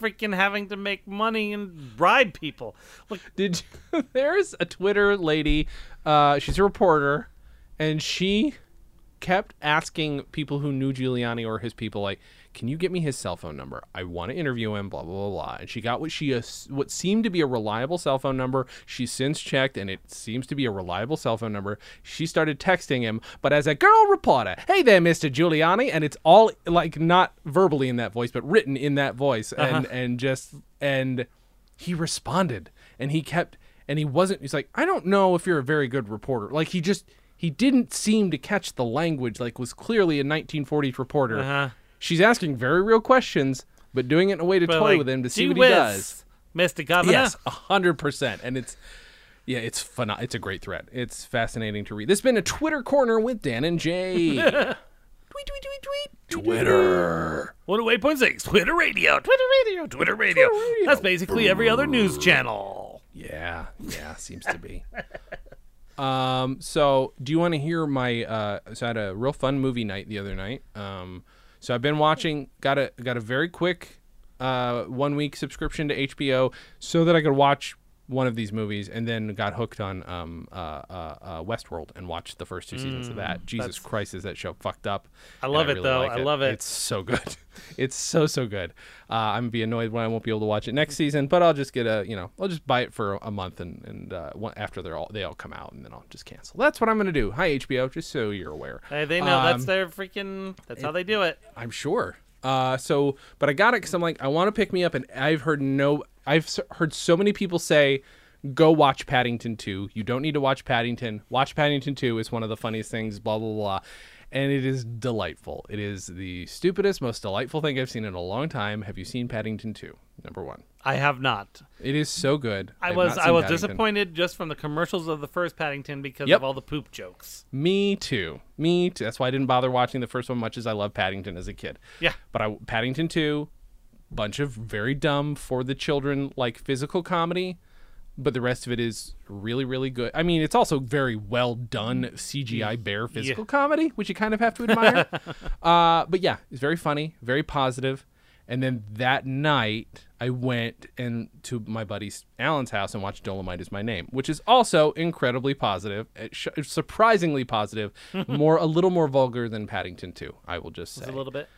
freaking having to make money and bribe people. Like, did you, there's a Twitter lady? Uh, she's a reporter, and she kept asking people who knew Giuliani or his people, like, "Can you get me his cell phone number? I want to interview him." Blah blah blah blah. And she got what she ass- what seemed to be a reliable cell phone number. She's since checked, and it seems to be a reliable cell phone number. She started texting him, but as a girl reporter, "Hey there, Mr. Giuliani," and it's all like not verbally in that voice, but written in that voice, and and just and he responded, and he kept. And he wasn't. He's like, I don't know if you're a very good reporter. Like he just he didn't seem to catch the language like was clearly a 1940s reporter Uh-huh. she's asking very real questions but doing it in a way to but toy uh, like, with him to see gee what whiz, Uh-huh. he does Mr. Governor. yes 100% and it's yeah it's fun it's a great threat it's fascinating to read this has been a twitter corner with dan and jay tweet tweet tweet tweet twitter What Waypoint oh point six? Twitter radio, Twitter radio, Twitter radio. radio. That's basically every other news channel. yeah yeah seems to be um so do you want to hear my uh so i had a real fun movie night the other night um so i've been watching got a got a very quick uh one week subscription to hbo so that i could watch one of these movies and then got hooked on um uh uh, uh westworld and watched the first two seasons of that jesus christ is that show fucked up Mm, I and love it, though. I love it. it's so good it's so so good uh, i'm gonna be annoyed when i won't be able to watch it next season but i'll just get a you know i'll just buy it for a month and and uh, one- after they're all they all come out and then i'll just cancel that's what i'm gonna do hi hbo just so you're aware Hey, they know Um, that's their freaking. That's how they do it. I'm sure. Uh, so, but I got it because I'm like, I want to pick me up, and I've heard no, I've s- heard so many people say, go watch Paddington 2. You don't need to watch Paddington. Watch Paddington 2 is one of the funniest things, blah, blah, blah. And it is delightful. It is the stupidest, most delightful thing I've seen in a long time. Have you seen Paddington 2? Number one. I have not. It is so good. I I've was not I seen was Paddington. disappointed just from the commercials of the first Paddington because Yep. of all the poop jokes. Me too. Me too. That's why I didn't bother watching the first one much as I loved Paddington as a kid. Yeah. But I Paddington 2, bunch of very dumb for the children like physical comedy. but the rest of it is really really good. I mean, it's also very well done CGI bare physical comedy, which you kind of have to admire. uh, but yeah, it's very funny, very positive. And then that night, I went and to my buddy Alan's house and watched Dolomite is My Name, which is also incredibly positive, uh, sh- surprisingly positive, more a little more vulgar than Paddington 2, I will just say. a little bit.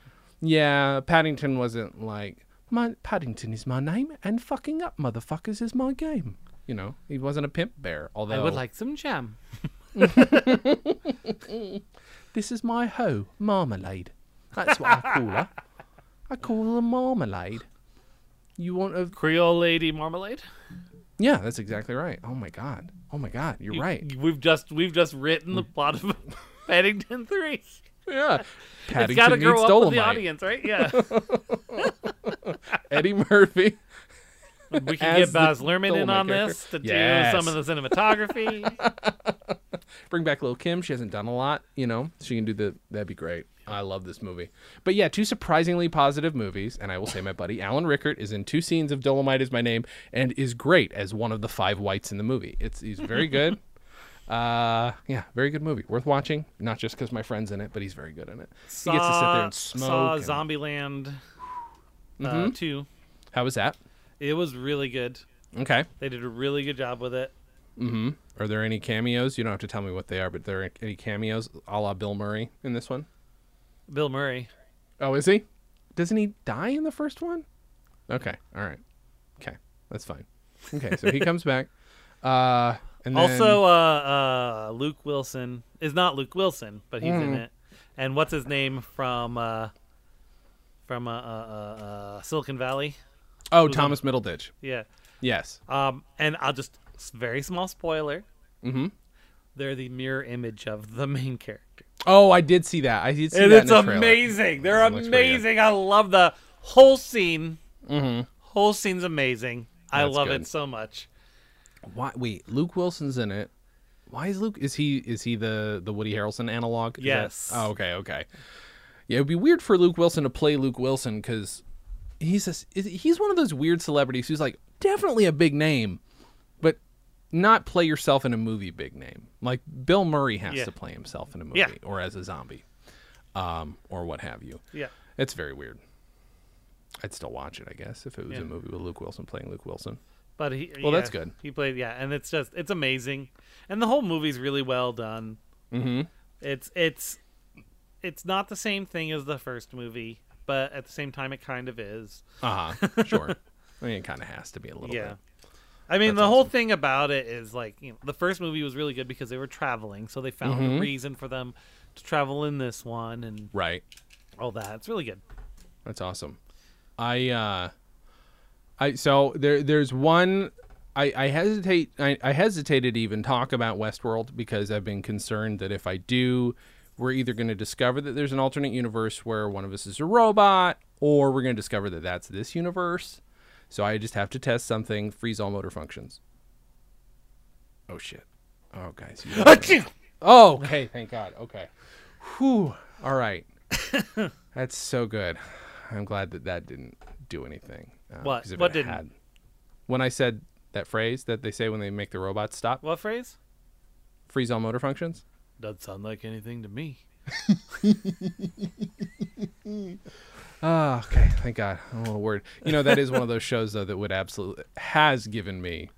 Yeah, Paddington wasn't like my Paddington is my name and fucking up motherfuckers is my game. You know, he wasn't a pimp bear. Although I would like some jam. this is my hoe, marmalade. That's what I call her. I call her marmalade. You want a Creole lady marmalade. yeah? That's exactly right. Oh my god. Oh my god. You're right. Mm. We've just we've just written the plot of Paddington Three. Yeah. it's got to Paddington needs grow up with Dolomite. the audience, right? Yeah. Eddie Murphy. We can As get Baz the Luhrmann in Dolomite on character. this to Yes. do some of the cinematography. bring back little Kim. She hasn't done a lot, you know. She can do the. That'd be great. I love this movie. But yeah, two surprisingly positive movies, and I will say my buddy Alan Rickert is in two scenes of Dolomite is my name and is great as one of the five whites in the movie. It's he's very good. Uh, yeah, very good movie, worth watching. Not just because my friend's in it, but he's very good in it. saw, he gets to sit there and smoke. Saw and- Zombieland uh, Mm-hmm. two. How was that? It was really good. Okay. They did a really good job with it. Are there any cameos? You don't have to tell me what they are, but there are any cameos a la Bill Murray in this one? Bill Murray. Oh, is he? Doesn't he die in the first one? Okay, all right. Okay, that's fine. Okay, so he comes back. Uh, and then, Also, uh, uh, Luke Wilson is not Luke Wilson, but he's in Mm. it. And what's his name from uh, from uh, uh, uh, uh, Silicon Valley? uh, oh, Thomas Middleditch. Yeah. Yes. Um, and I'll just s- very small spoiler. Mm-hmm. They're the mirror image of the main character, Oh, I did see that. I did see and that. it's in the trailer. amazing. They're looks pretty good. amazing. I love the whole scene. Mm-hmm. Whole scene's amazing. I That's love good. it so much. Why? Wait, Luke Wilson's in it. Why is Luke? Is he? Is he the the Woody Harrelson analog? Is that- Yes. oh, okay. Okay. Yeah, it'd be weird for Luke Wilson to play Luke Wilson because he's a, s- is- he's one of those weird celebrities who's like definitely a big name, but not play yourself in a movie big name. Like Bill Murray has Yeah. to play himself in a movie Yeah. or as a zombie, um, or what have you. Yeah. It's very weird. I'd still watch it, I guess, if it was Yeah. a movie with Luke Wilson playing Luke Wilson. But he, Well, that's yeah, good. He played, yeah, and it's just it's amazing, and the whole movie's really well done. Mm-hmm. It's it's it's not the same thing as the first movie, but at the same time, it kind of is. Uh huh. Sure. I mean, it kind of has to be a little yeah, bit. I mean, That's the whole thing about it is like you know, the first movie was really good because they were traveling, so they found Mm-hmm. a reason for them to travel in this one and Right. all that. It's really good. That's awesome. I uh I so there there's one I, I hesitate I, I hesitated to even talk about Westworld because I've been concerned that if I do, we're either gonna discover that there's an alternate universe where one of us is a robot, or we're gonna discover that that's this universe. So I just have to test something, freeze all motor functions. Oh shit. Oh guys, you Oh, okay. Thank God. Okay. Whew. All right. That's so good. I'm glad that that didn't do anything. Uh, What? 'cause if What it didn't? when I said that phrase that they say when they make the robots stop, What phrase? freeze all motor functions. Doesn't sound like anything to me. Oh, okay. Thank God. I'm a little worried. You know, that is one of those shows, though, that would absolutely has given me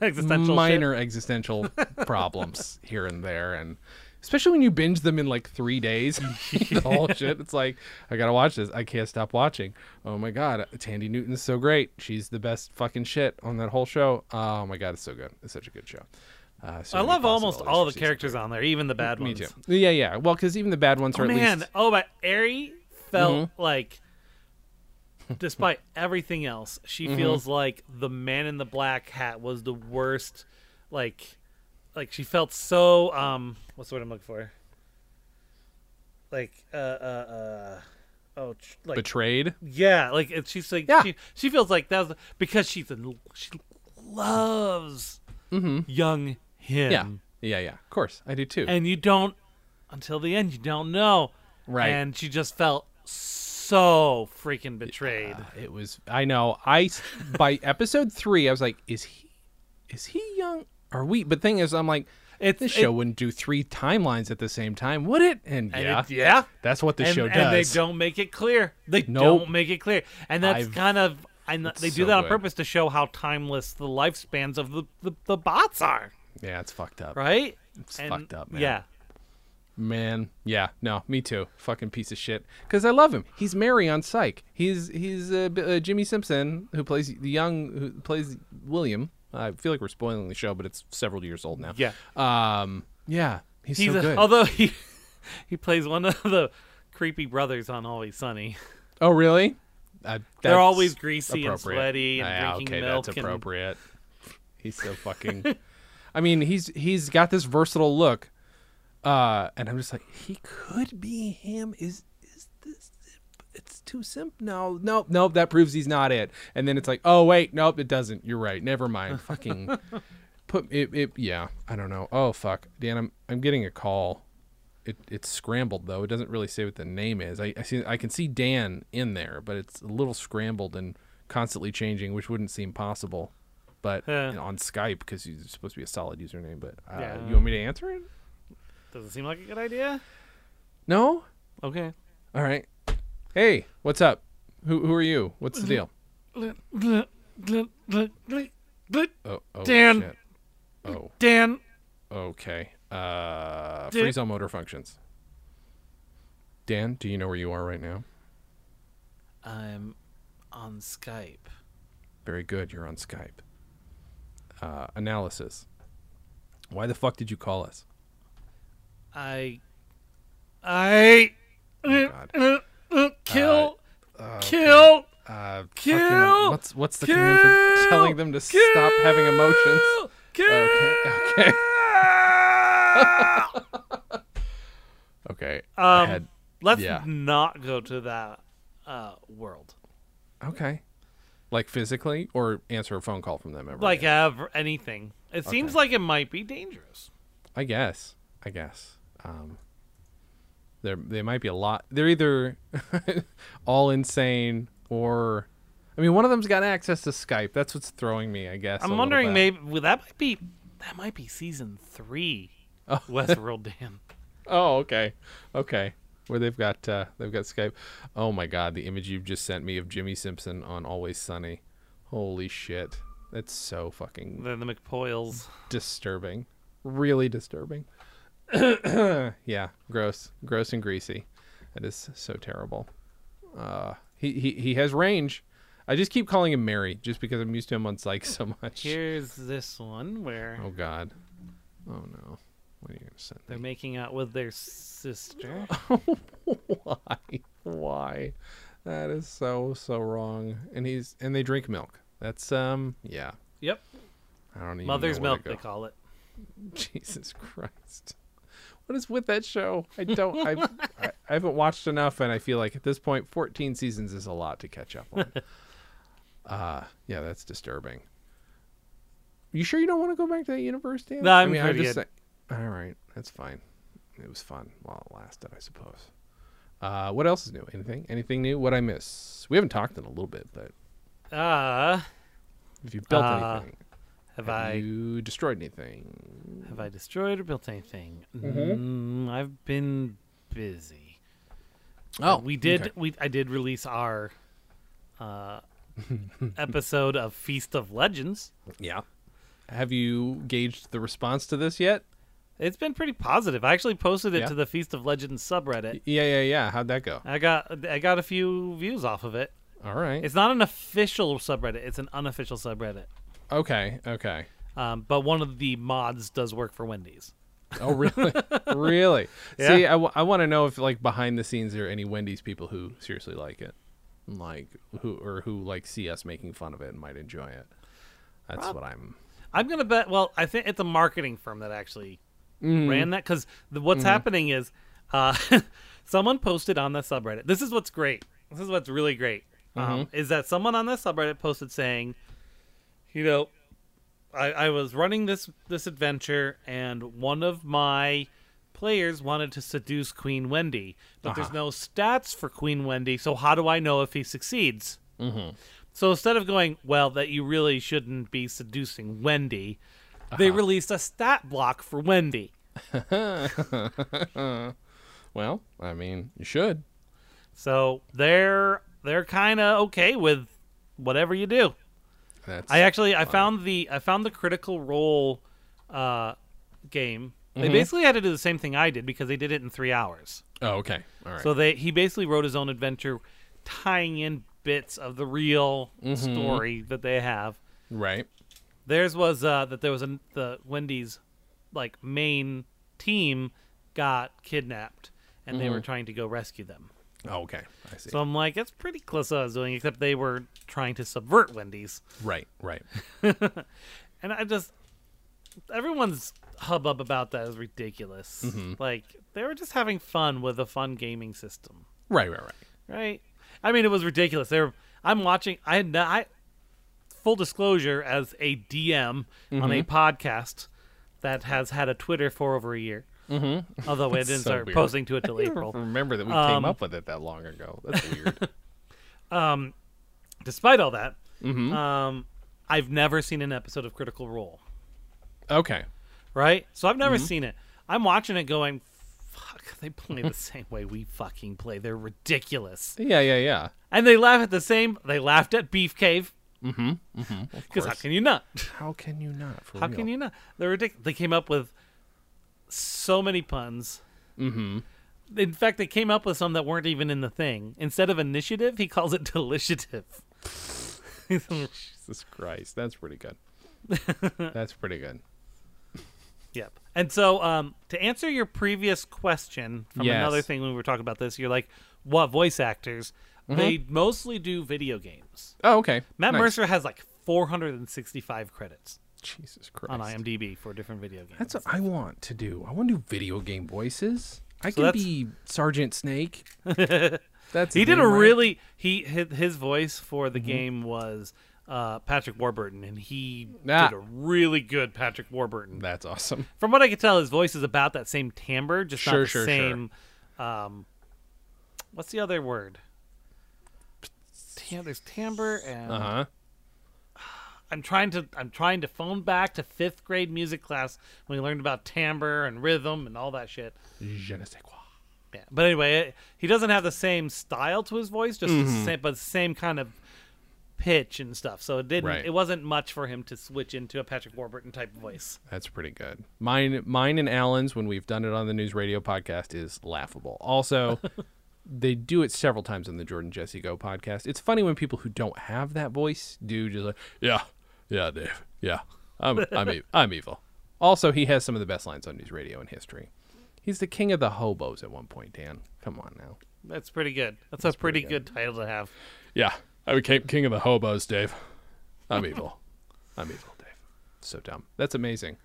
Existential shit. minor existential problems here and there and especially when you binge them in like three days the whole shit it's like i gotta watch this i can't stop watching oh my god tandy newton's so great she's the best fucking shit on that whole show oh my god it's so good it's such a good show uh, so I many love almost possibilities all for the season characters on there, even the bad two. me ones. too yeah yeah well because even the bad ones are at Man, least Mm-hmm. oh, but Ari felt like, despite everything else, she Mm-hmm. feels like the man in the black hat was the worst. Like, like she felt so. Um, what's the word I'm looking for? Like, uh, uh, uh, oh, tr- like betrayed yeah, like it, she's like Yeah. she, she feels like that's because she's in, she loves young him. Mm-hmm. yeah yeah yeah of course i do too and you don't until the end you don't know Right. and she just felt so freaking betrayed it was i know i s- by episode three i was like is he is he young? Are we? But thing is, I'm like, It's this it- show wouldn't do three timelines at the same time, would it? And, and yeah, it- yeah. that's what the and, show does. and they don't make it clear. They Nope. don't make it clear, and that's I've- kind of and they do so that on good. purpose to show how timeless the lifespans of the the, the bots are, Yeah, it's fucked up. right? It's fucked up, man. Yeah, Man, yeah, no, me too. Fucking piece of shit. Because I love him. He's Mary on Psych. He's he's uh, B- uh, Jimmy Simpson who plays the young who plays William. I feel like we're spoiling the show, but it's several years old now. Yeah. Um. Yeah. He's, he's so a- good. although he he plays one of the creepy brothers on Always Sunny. oh, really? Uh, They're that's always greasy and appropriate. sweaty and Ah, drinking okay, milk. that's and- appropriate. He's so fucking. I mean, he's he's got this versatile look, uh, and I'm just like, he could be him. Is is this? It's too simp. No, nope, nope. That proves he's not it. And then it's like, oh wait, nope, it doesn't. You're right. Never mind. Fucking put it. it yeah, I don't know. Oh fuck, Dan, I'm I'm getting a call. It, it's scrambled though. It doesn't really say what the name is. I, I see I can see Dan in there, but it's a little scrambled and constantly changing, which wouldn't seem possible. But Yeah. you know, on Skype because he's supposed to be a solid username. But uh, Yeah. you want me to answer it? Doesn't seem like a good idea. No. Okay. All right. Hey, what's up? Who who are you? What's the deal? Oh, oh Dan. Shit. Oh, Dan, okay. Dan. Uh, freeze all motor functions. Dan, do you know where you are right now? I'm um, on Skype. Very good. You're on Skype. Uh, analysis. Why the fuck did you call us? I, I, Oh, God. oh, kill, kill, Uh, fucking- Kill! what's what's the command for Kill! telling them to stop having emotions? kill. Okay. Okay. okay. I Um, had- Let's yeah. not go to that uh, world. okay. Like physically, or answer a phone call from them ever. Like again? ever, anything. It seems like it might be dangerous. I guess. I guess. Um, there they might be a lot. They're either all insane or. I mean, one of them's got access to Skype. That's what's throwing me, I guess. a I'm little wondering bit. maybe well, that might be that might be season three. Westworld Dan. Oh, okay, okay. Where they've got uh, they've got Skype. Oh my God, the image you've just sent me of Jimmy Simpson on Always Sunny. Holy shit, that's so fucking Then the McPoyles. disturbing. Really disturbing. yeah, gross, gross and greasy. That is so terrible. Uh, he he he has range. I just keep calling him Mary, just because I'm used to him on Psych so much. Here's this one where Oh God. Oh no. What are you gonna send? they're making out with their sister. why why that is so so wrong and he's and they drink milk that's um yeah yep. i don't even Mother's know where milk, to they go. call it. jesus christ what is with that show i don't I've, I, I haven't watched enough and i feel like at this point 14 seasons is a lot to catch up on uh yeah that's disturbing you sure you don't want to go back to that universe Dan? No, I'm I mean, I pretty just good. say- all right that's fine it was fun while it lasted i suppose uh, what else is new? Anything? Anything new? What I miss? We haven't talked in a little bit, but Uh if you built Uh, anything, have have I you destroyed anything? have I destroyed or built anything? Mm, I've been busy. Uh, we did Oh, okay. we I did release our uh episode of Feast of Legends. Yeah. Have you gauged the response to this yet? It's been pretty positive. I actually posted it Yeah. to the Feast of Legends subreddit. Yeah, yeah, yeah. How'd that go? I got I got a few views off of it. All right. It's not an official subreddit. It's an unofficial subreddit. Okay. Okay. Um, but one of the mods does work for Wendy's. Oh, really? really? Yeah. See, I, w- I want to know if like behind the scenes there are any Wendy's people who seriously like it, like who or who like see us making fun of it and might enjoy it. That's what I'm. I'm gonna bet. Well, I think it's a marketing firm that actually ran that because what's happening is uh, someone posted on the subreddit. This is what's great. This is what's really great um, is that someone on the subreddit posted saying, you know, I, I was running this this adventure and one of my players wanted to seduce Queen Wendy, but there's no stats for Queen Wendy. So how do I know if he succeeds? So instead of going, well, that you really shouldn't be seducing Wendy, they released a stat block for Wendy. Well, I mean, you should. So they're they're kind of okay with whatever you do. That's I actually I found the I found the Critical Role uh, game. They basically had to do the same thing I did because they did it in three hours. oh okay. All right. So they he basically wrote his own adventure, tying in bits of the real story that they have. right. Theirs was uh, that there was a, the Wendy's like main team got kidnapped and they were trying to go rescue them. Oh, okay. I see. So I'm like, that's pretty close to what I was doing, except they were trying to subvert Wendy's. right. Right. And I just everyone's hubbub about that is ridiculous. Like they were just having fun with a fun gaming system. Right. Right. Right. right? I mean, it was ridiculous. They were, I'm watching. I had no, I full disclosure as a DM on a podcast that has had a Twitter for over a year. Mm-hmm. Although I didn't so start weird. posting to it till April. Um, Remember that we came up with it that long ago. That's weird. Despite all that, um, I've never seen an episode of Critical Role. okay. Right? So I've never seen it. I'm watching it going, fuck, they play the same way we fucking play. They're ridiculous. Yeah. Yeah. Yeah. And they laugh at the same. They laughed at Beef Cave. Mm-hmm. Because how course. can you not? How can you not? For How can you not? They're ridiculous. They came up with so many puns. Mm-hmm. In fact, they came up with some that weren't even in the thing. Instead of initiative, he calls it deliciative. Jesus Christ, that's pretty good. that's pretty good. yep. And so, um, to answer your previous question from Yes. another thing when we were talking about this, you're like, what voice actors? They mostly do video games. Oh, okay. Matt Mm-hmm. Nice. Mercer has like 465 credits. Jesus Christ. on IMDb for different video games. That's what I want to do. I want to do video game voices. I can that's- be Sergeant Snake. That's he his did a name, right? Mm-hmm. really he his, his voice for the game was uh, Patrick Warburton, and he Ah. did a really good Patrick Warburton. That's awesome. From what I could tell, his voice is about that same timbre, just not Sure, the sure, sure. same. Um, what's the other word? Tam- there's timbre, and Uh huh. I'm trying to I'm trying to phone back to fifth grade music class when we learned about timbre and rhythm and all that shit. Je ne sais quoi. Yeah. But anyway, it, he doesn't have the same style to his voice, just the same, but same kind of pitch and stuff. So it didn't. Right. It wasn't much for him to switch into a Patrick Warburton type voice. That's pretty good. Mine, mine, and Alan's when we've done it on the news radio podcast is laughable. Also, they do it several times on the Jordan Jesse Go podcast. It's funny when people who don't have that voice do just like, yeah, yeah, Dave, yeah, I'm, I'm, e- I'm evil. Also, he has some of the best lines on news radio in history. He's the king of the hobos at one point. Dan, come on now. That's pretty good. That's, a pretty, good. title to have. Yeah, I became king of the hobos, Dave. I'm evil. I'm evil, Dave. So dumb. That's amazing.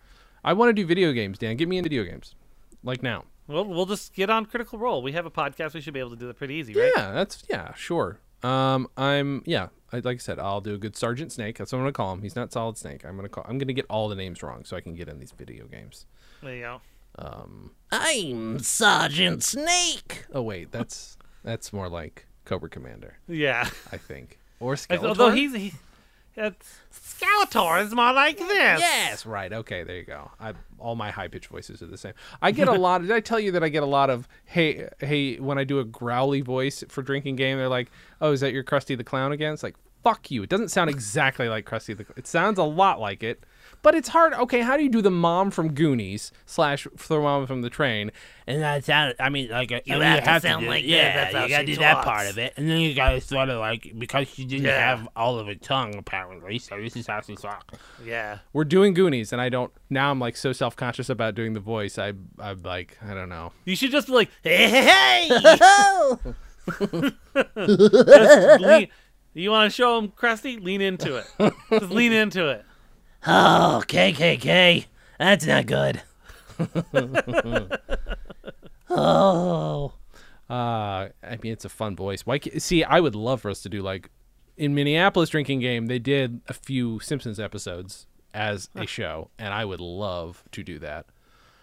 I want to do video games, Dan. Get me in video games, like now. Well, we'll just get on Critical Role. We have a podcast. We should be able to do that pretty easy, right? Yeah, that's yeah, sure. Um, I'm yeah. I, like I said, I'll do a good Sergeant Snake. That's what I'm gonna call him. He's not Solid Snake. I'm gonna call. I'm gonna get all the names wrong so I can get in these video games. There you go. I'm Sergeant Snake. Oh wait, that's that's more like Cobra Commander, Yeah. I think, or Skeletor. Although he's he, it's, Skeletor is more like this. Yes, right. Okay, there you go. I, all my high pitched voices are the same. I get a lot. Did I tell you that I get a lot of hey, hey? When I do a growly voice for drinking game, they're like, "Oh, is that your Krusty the Clown again?" It's like, "Fuck you!" It doesn't sound exactly like Krusty the. Cl- It sounds a lot like it, but it's hard. Okay, how do you do the mom from Goonies slash the mom from the train? And that sound, I mean, like, uh, you, have to sound do- like that, yeah, that's how you gotta she do that talks. part of it. And then you gotta sort of like, because she didn't Yeah. have all of her tongue, apparently, so this is how she talks. Yeah. We're doing Goonies, and I don't. Now I'm like so self conscious about doing the voice. I I'm like I don't know. You should just be like, hey, hey, hey. Just lean- you want to show him Krusty? Lean into it. Just lean into it. Oh, KKK. That's not good. oh. Uh, I mean, it's a fun voice. Why? ca- See, I would love for us to do like in Minneapolis drinking game. They did a few Simpsons episodes as a show, and I would love to do that.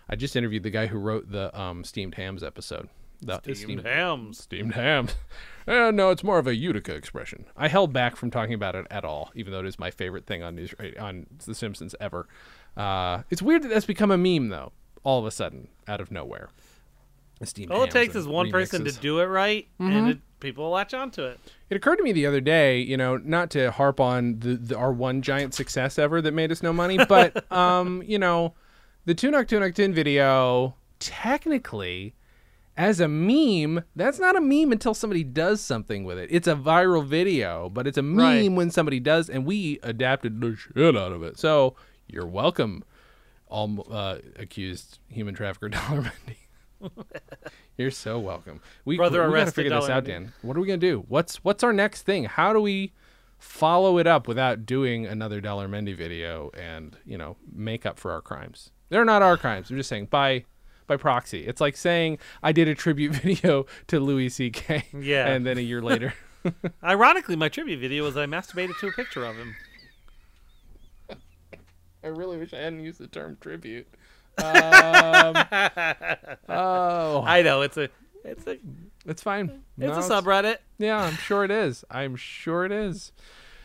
I just interviewed the guy who wrote the um, steamed hams episode, The Steamed hams. steamed ham. Uh, no, it's more of a Utica expression. I held back from talking about it at all, even though it is my favorite thing on news uh, on The Simpsons ever. Uh, it's weird that that's become a meme though, all of a sudden, out of nowhere. Steamed All it hams takes and is one person to remixes. do it right, Mm-hmm. and it, people will latch onto it. It occurred to me the other day, you know, not to harp on the, the our one giant success ever that made us no money, but um, you know, the Tunuk Tunuk Tin video, technically, as a meme, that's not a meme until somebody does something with it. It's a viral video, but it's a meme Right. when somebody does, and we adapted the shit out of it. So you're welcome, all uh, accused human trafficker Dollar Mendy. You're so welcome. We Brother we gotta arrested figure this Dollar out, Mendy. Dan. What are we gonna do? What's what's our next thing? How do we follow it up without doing another Dollar Mendy video and you know make up for our crimes? They're not our crimes. I'm just saying by by proxy. It's like saying I did a tribute video to Louis C.K. Yeah. and then a year later. Ironically, my tribute video was I masturbated to a picture of him. I really wish I hadn't used the term tribute. Um, oh, I know it's a it's a it's it's fine. No, a subreddit. Yeah, I'm sure it is. I'm sure it is.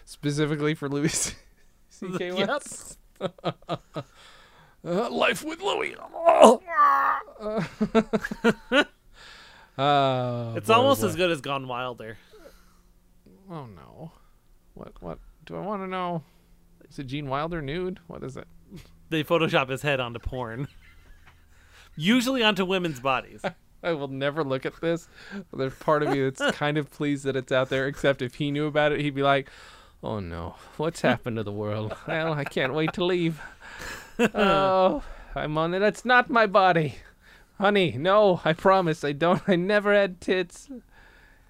Specifically for Louis C.K. Lentz. Yes. Uh, life with Louis. Oh, Uh, It's boy, almost boy. as good as Gone Wilder. Oh no. What? What? Do I want to know? Is it Gene Wilder nude? What is it? They Photoshop his head onto porn. Usually onto women's bodies. I will never look at this. There's part of me that's kind of pleased that it's out there, except if he knew about it, he'd be like, oh no, what's happened to the world? Well, I can't wait to leave. Oh, I'm on it. That's not my body. Honey, no, I promise I don't. I never had tits.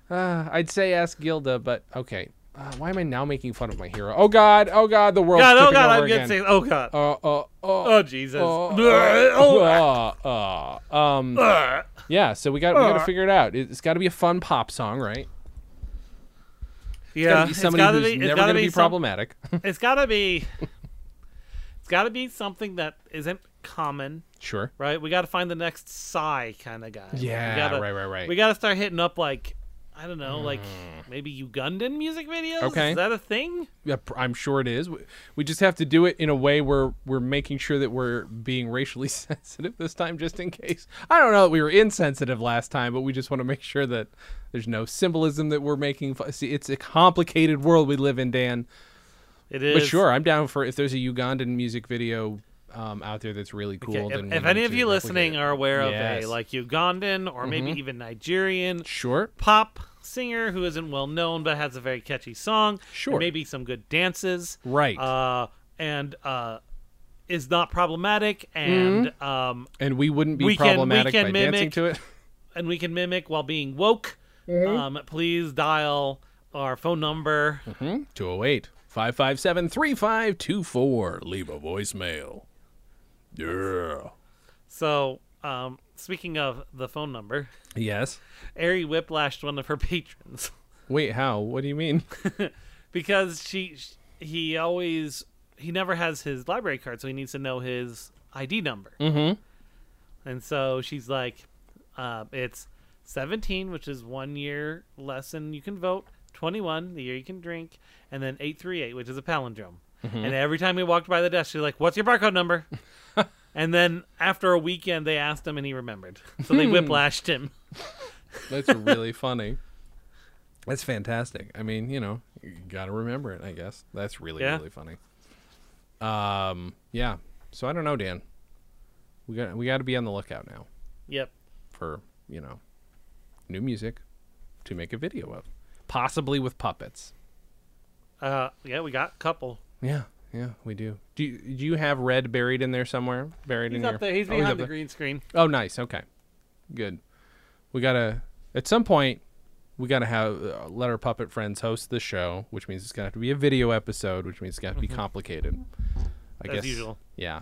Uh, I'd say ask Gilda, but okay. Uh, why am I now making fun of my hero? Oh God! Oh God! The world's God, oh tipping god, over I'm again. getting sick. Oh god. Uh, uh, uh, Oh Jesus. Oh, Oh, uh, uh, um, yeah, so we got we got Uh. to figure it out. It- It's got to be a fun pop song, right? yeah. Gotta be it's somebody gotta who's be- it's never gotta gonna be, some- problematic. It's gotta be. It's gotta be something that isn't common, sure. right? We gotta find the next Psy kind of guy. Like, we Yeah, gotta- right, right, right. Hmm. We gotta start hitting up like, I don't know, like maybe Ugandan music videos. Okay. is that a thing? Yeah, pr- I'm sure it is. We- We just have to do it in a way where we're making sure that we're being racially sensitive this time, just in case. I don't know that we were insensitive last time, but we just want to make sure that there's no symbolism that we're making. fu- See, it's a complicated world we live in, Dan. It is. But sure, I'm down for if there's a Ugandan music video um, out there that's really cool. Okay, if then we if need any of to you replicate listening it. are aware of Yes. Mm-hmm. a like Ugandan or maybe even Nigerian sure, pop singer who isn't well known but has a very catchy song, and Sure. maybe some good dances, Right. Uh, and uh, is not problematic, and Mm-hmm. um, and we wouldn't be We can- we problematic can by dancing mimic- to it. and we can mimic while being woke. Mm-hmm. Um, please dial our phone number. Mm-hmm. 208 557 3524. Leave a voicemail. Yeah. So, um, speaking of the phone number, Yes. Ari whiplashed one of her patrons. Wait, how? What do you mean? because she, sh he always he never has his library card so he needs to know his id number mm-hmm. and so she's like uh, it's 17 which is one year less than you can vote 21 the year you can drink and then 838 which is a palindrome Mm-hmm. and every time he walked by the desk she's like what's your barcode number and then after a weekend they asked him and he remembered so Hmm. they whiplashed him That's really funny. That's fantastic. I mean, you know, you got to remember it, I guess. That's really, Yeah. really funny. Um, yeah. So I don't know, Dan. We got we got to be on the lookout now. yep for you know new music to make a video of possibly with puppets uh, yeah we got a couple yeah yeah we do do you, do you have red buried in there somewhere buried in he's your up there he's Oh, behind up the there. green screen oh nice okay good we gotta at some point we gotta have uh, let our puppet friends host the show which means it's gonna have to be a video episode which means it's gonna have to be complicated i Mm-hmm. As guess usual. yeah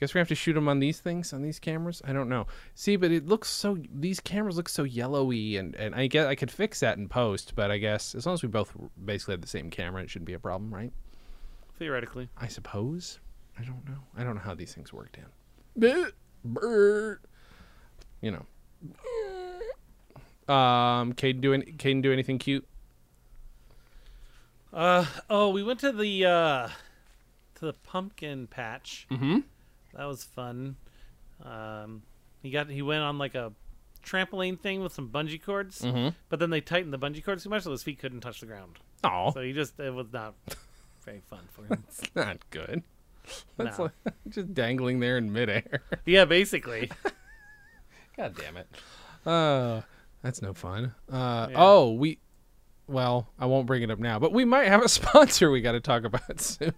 guess we have to shoot them on these things on these cameras i don't know see but it looks so these cameras look so yellowy and and i guess i could fix that in post but i guess as long as we both basically have the same camera it shouldn't be a problem right theoretically i suppose i don't know i don't know how these things work dan you know Um, Caden do any, Caden do anything cute? Uh oh, we went to the uh to the pumpkin patch. Mm-hmm. That was fun. Um, he got he went on like a trampoline thing with some bungee cords, Mm-hmm. but then they tightened the bungee cords too much, so his feet couldn't touch the ground. Oh, So he just it was not very fun for him. it's not good. That's No. like, just dangling there in midair. yeah, basically. God damn it. Uh, that's no fun. Uh, Yeah. oh, we. Well, I won't bring it up now, but we might have a sponsor we got to talk about soon.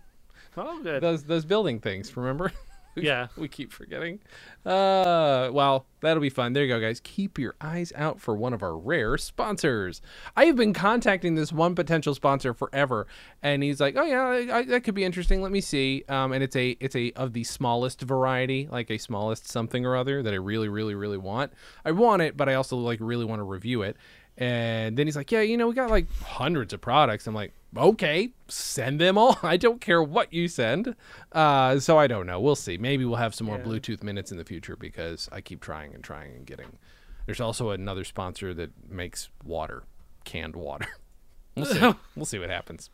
Oh, good. Those those building things, remember? yeah. we keep forgetting. Uh, well, that'll be fun. There you go, guys. Keep your eyes out for one of our rare sponsors. I have been contacting this one potential sponsor forever, and he's like, "Oh yeah, I, I, that could be interesting. Let me see." Um, and it's a it's a of the smallest variety, like a smallest something or other that I really, really, really want. I want it, but I also like really want to review it. And then he's like, "Yeah, you know, we got like hundreds of products." I'm like, "Okay, send them all. I don't care what you send." Uh, so I don't know. We'll see. Maybe we'll have some more Yeah. Bluetooth minutes in the future because I keep trying and trying and getting. There's also another sponsor that makes water, canned water. We'll see. we'll see what happens.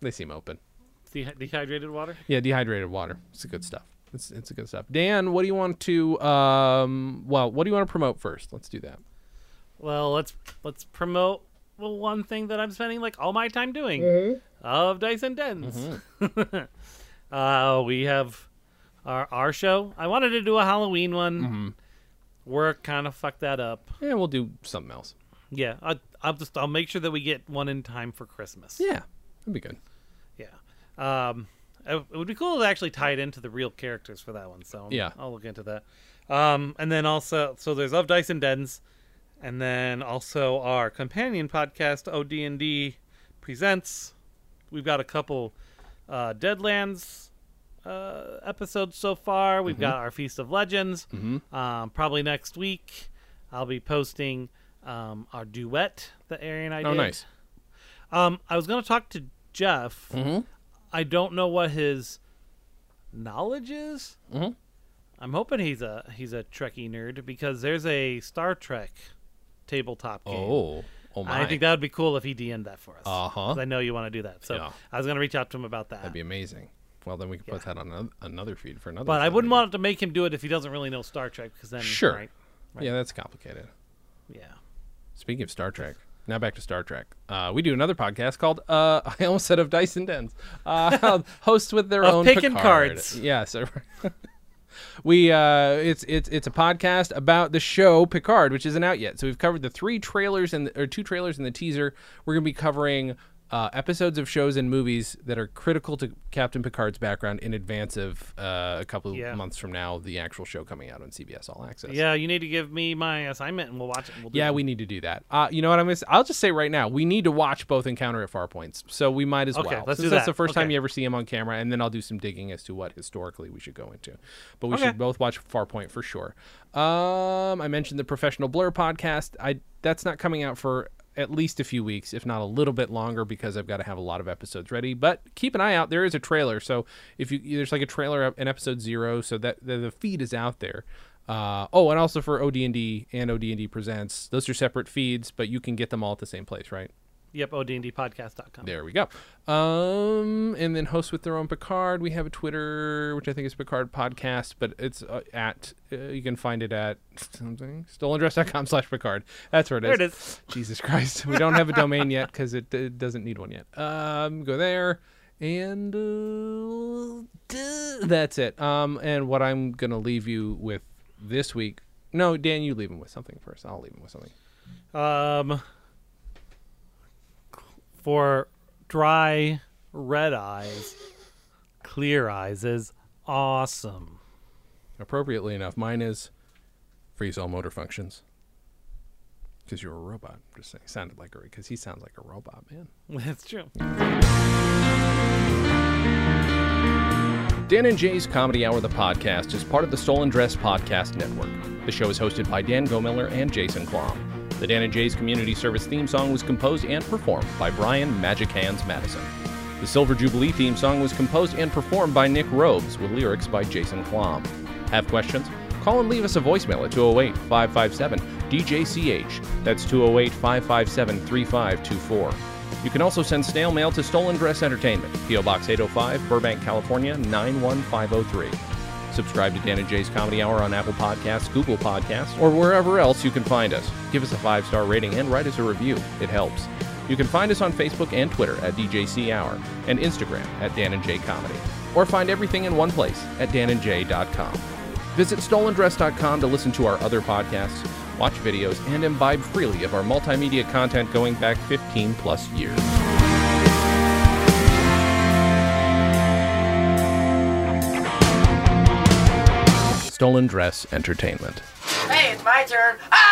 They seem open. Dehy- dehydrated water. Yeah, dehydrated water. It's good stuff. It's it's good stuff. Dan, what do you want to um well, what do you want to promote first? Let's do that. Well, let's let's promote the one thing that I'm spending like all my time doing of dice and dens. uh, we have our our show. I wanted to do a Halloween one. Work kind of fucked that up. Yeah, we'll do something else. Yeah, I, I'll just I'll make sure that we get one in time for Christmas. Yeah. That'd be good. Yeah. Um, it it would be cool to actually tie it into the real characters for that one. So Yeah. I'll look into that. Um, and then also, so there's Of Dice and Dens, and then also our companion podcast OD&D presents. We've got a couple uh, Deadlands uh, episodes so far. Mm-hmm. We've got our Feast of Legends. Um, probably next week, I'll be posting um, our duet that Ari and I Oh did. nice. Um, I was gonna talk to Jeff. Mm-hmm. I don't know what his knowledge is. Mhm. I'm hoping he's a he's a Trekkie nerd because there's a Star Trek tabletop game. Oh. Oh my. I think that would be cool if he DM'd that for us. Uh-huh. 'Cause I know you want to do that, so Yeah. I was gonna reach out to him about that. That'd be amazing. Well, then we could put that on another, another feed for another but I time. wouldn't want to make him do it if he doesn't really know Star Trek because then Sure. right? Yeah, that's complicated. yeah. Speaking of Star Trek, now back to Star Trek. Uh, we do another podcast called uh, I almost said of Dice and Dens. Uh, hosts with their Of own Pick and Picard. Cards. Yeah, so we uh, it's it's it's a podcast about the show Picard, which isn't out yet. So we've covered the three trailers and or two trailers and the teaser. We're gonna be covering. Uh, episodes of shows and movies that are critical to Captain Picard's background in advance of uh, a couple Yeah. months from now, the actual show coming out on CBS All Access. Yeah, you need to give me my assignment and we'll watch it. And we'll do Yeah, it. we need to do that. Uh, you know what I'm gonna? Say? I'll just say right now, we need to watch both Encounter at Far Points, so we might as Okay, well. let's Since do that's that. the first time Okay. you ever see him on camera, and then I'll do some digging as to what historically we should go into. But we Okay. should both watch Far Point for sure. Um, I mentioned the Professional Blur podcast. I that's not coming out for at least a few weeks, if not a little bit longer, because I've got to have a lot of episodes ready. But keep an eye out; there is a trailer. So if you there's like a trailer up in episode zero, so that the, the feed is out there. Uh, oh, and also for OD&D and OD&D Presents, those are separate feeds, but you can get them all at the same place, right? Yep. ODndpodcast.com. There we go. Um, and then hosts with their own Picard. We have a Twitter, which I think is Picard Podcast, but it's uh, at uh, you can find it at something stolendress.com slash Picard. That's where it There is. it is. Jesus Christ, we don't have a domain yet because it, it doesn't need one yet. Um, go there, and uh, duh, that's it. Um, and what I'm gonna leave you with this week. No, Dan, you leave him with something first. I'll leave him with something. Um, for dry red eyes, clear eyes is awesome. Appropriately enough, mine is freeze all motor functions. Because you're a robot. I'm just saying, sounded like a because he sounds like a robot man. That's true. Dan and Jay's Comedy Hour, the podcast, is part of the Stolen Dress Podcast Network. The show is hosted by Dan Gomiller and Jason Klom. The Dan and Jay's Community Service theme song was composed and performed by Brian Magic Hands Madison. The Silver Jubilee theme song was composed and performed by Nick Robes, with lyrics by Jason Klom. Have questions? Call and leave us a voicemail at 208 557 DJCH. That's 208 557 3524. You can also send snail mail to Stolen Dress Entertainment, P.O. Box 805, Burbank, California 91503. Subscribe to Dan and Jay's Comedy Hour on Apple Podcasts, Google Podcasts, or wherever else you can find us. Give us a five star rating and write us a review. It helps. You can find us on Facebook and Twitter at DJC Hour and Instagram at Dan and Jay Comedy. Or find everything in one place at danandjay.com. Visit stolendress.com to listen to our other podcasts, watch videos, and imbibe freely of our multimedia content going back 15 plus years. Stolen Dress Entertainment. Hey, it's my turn. Ah!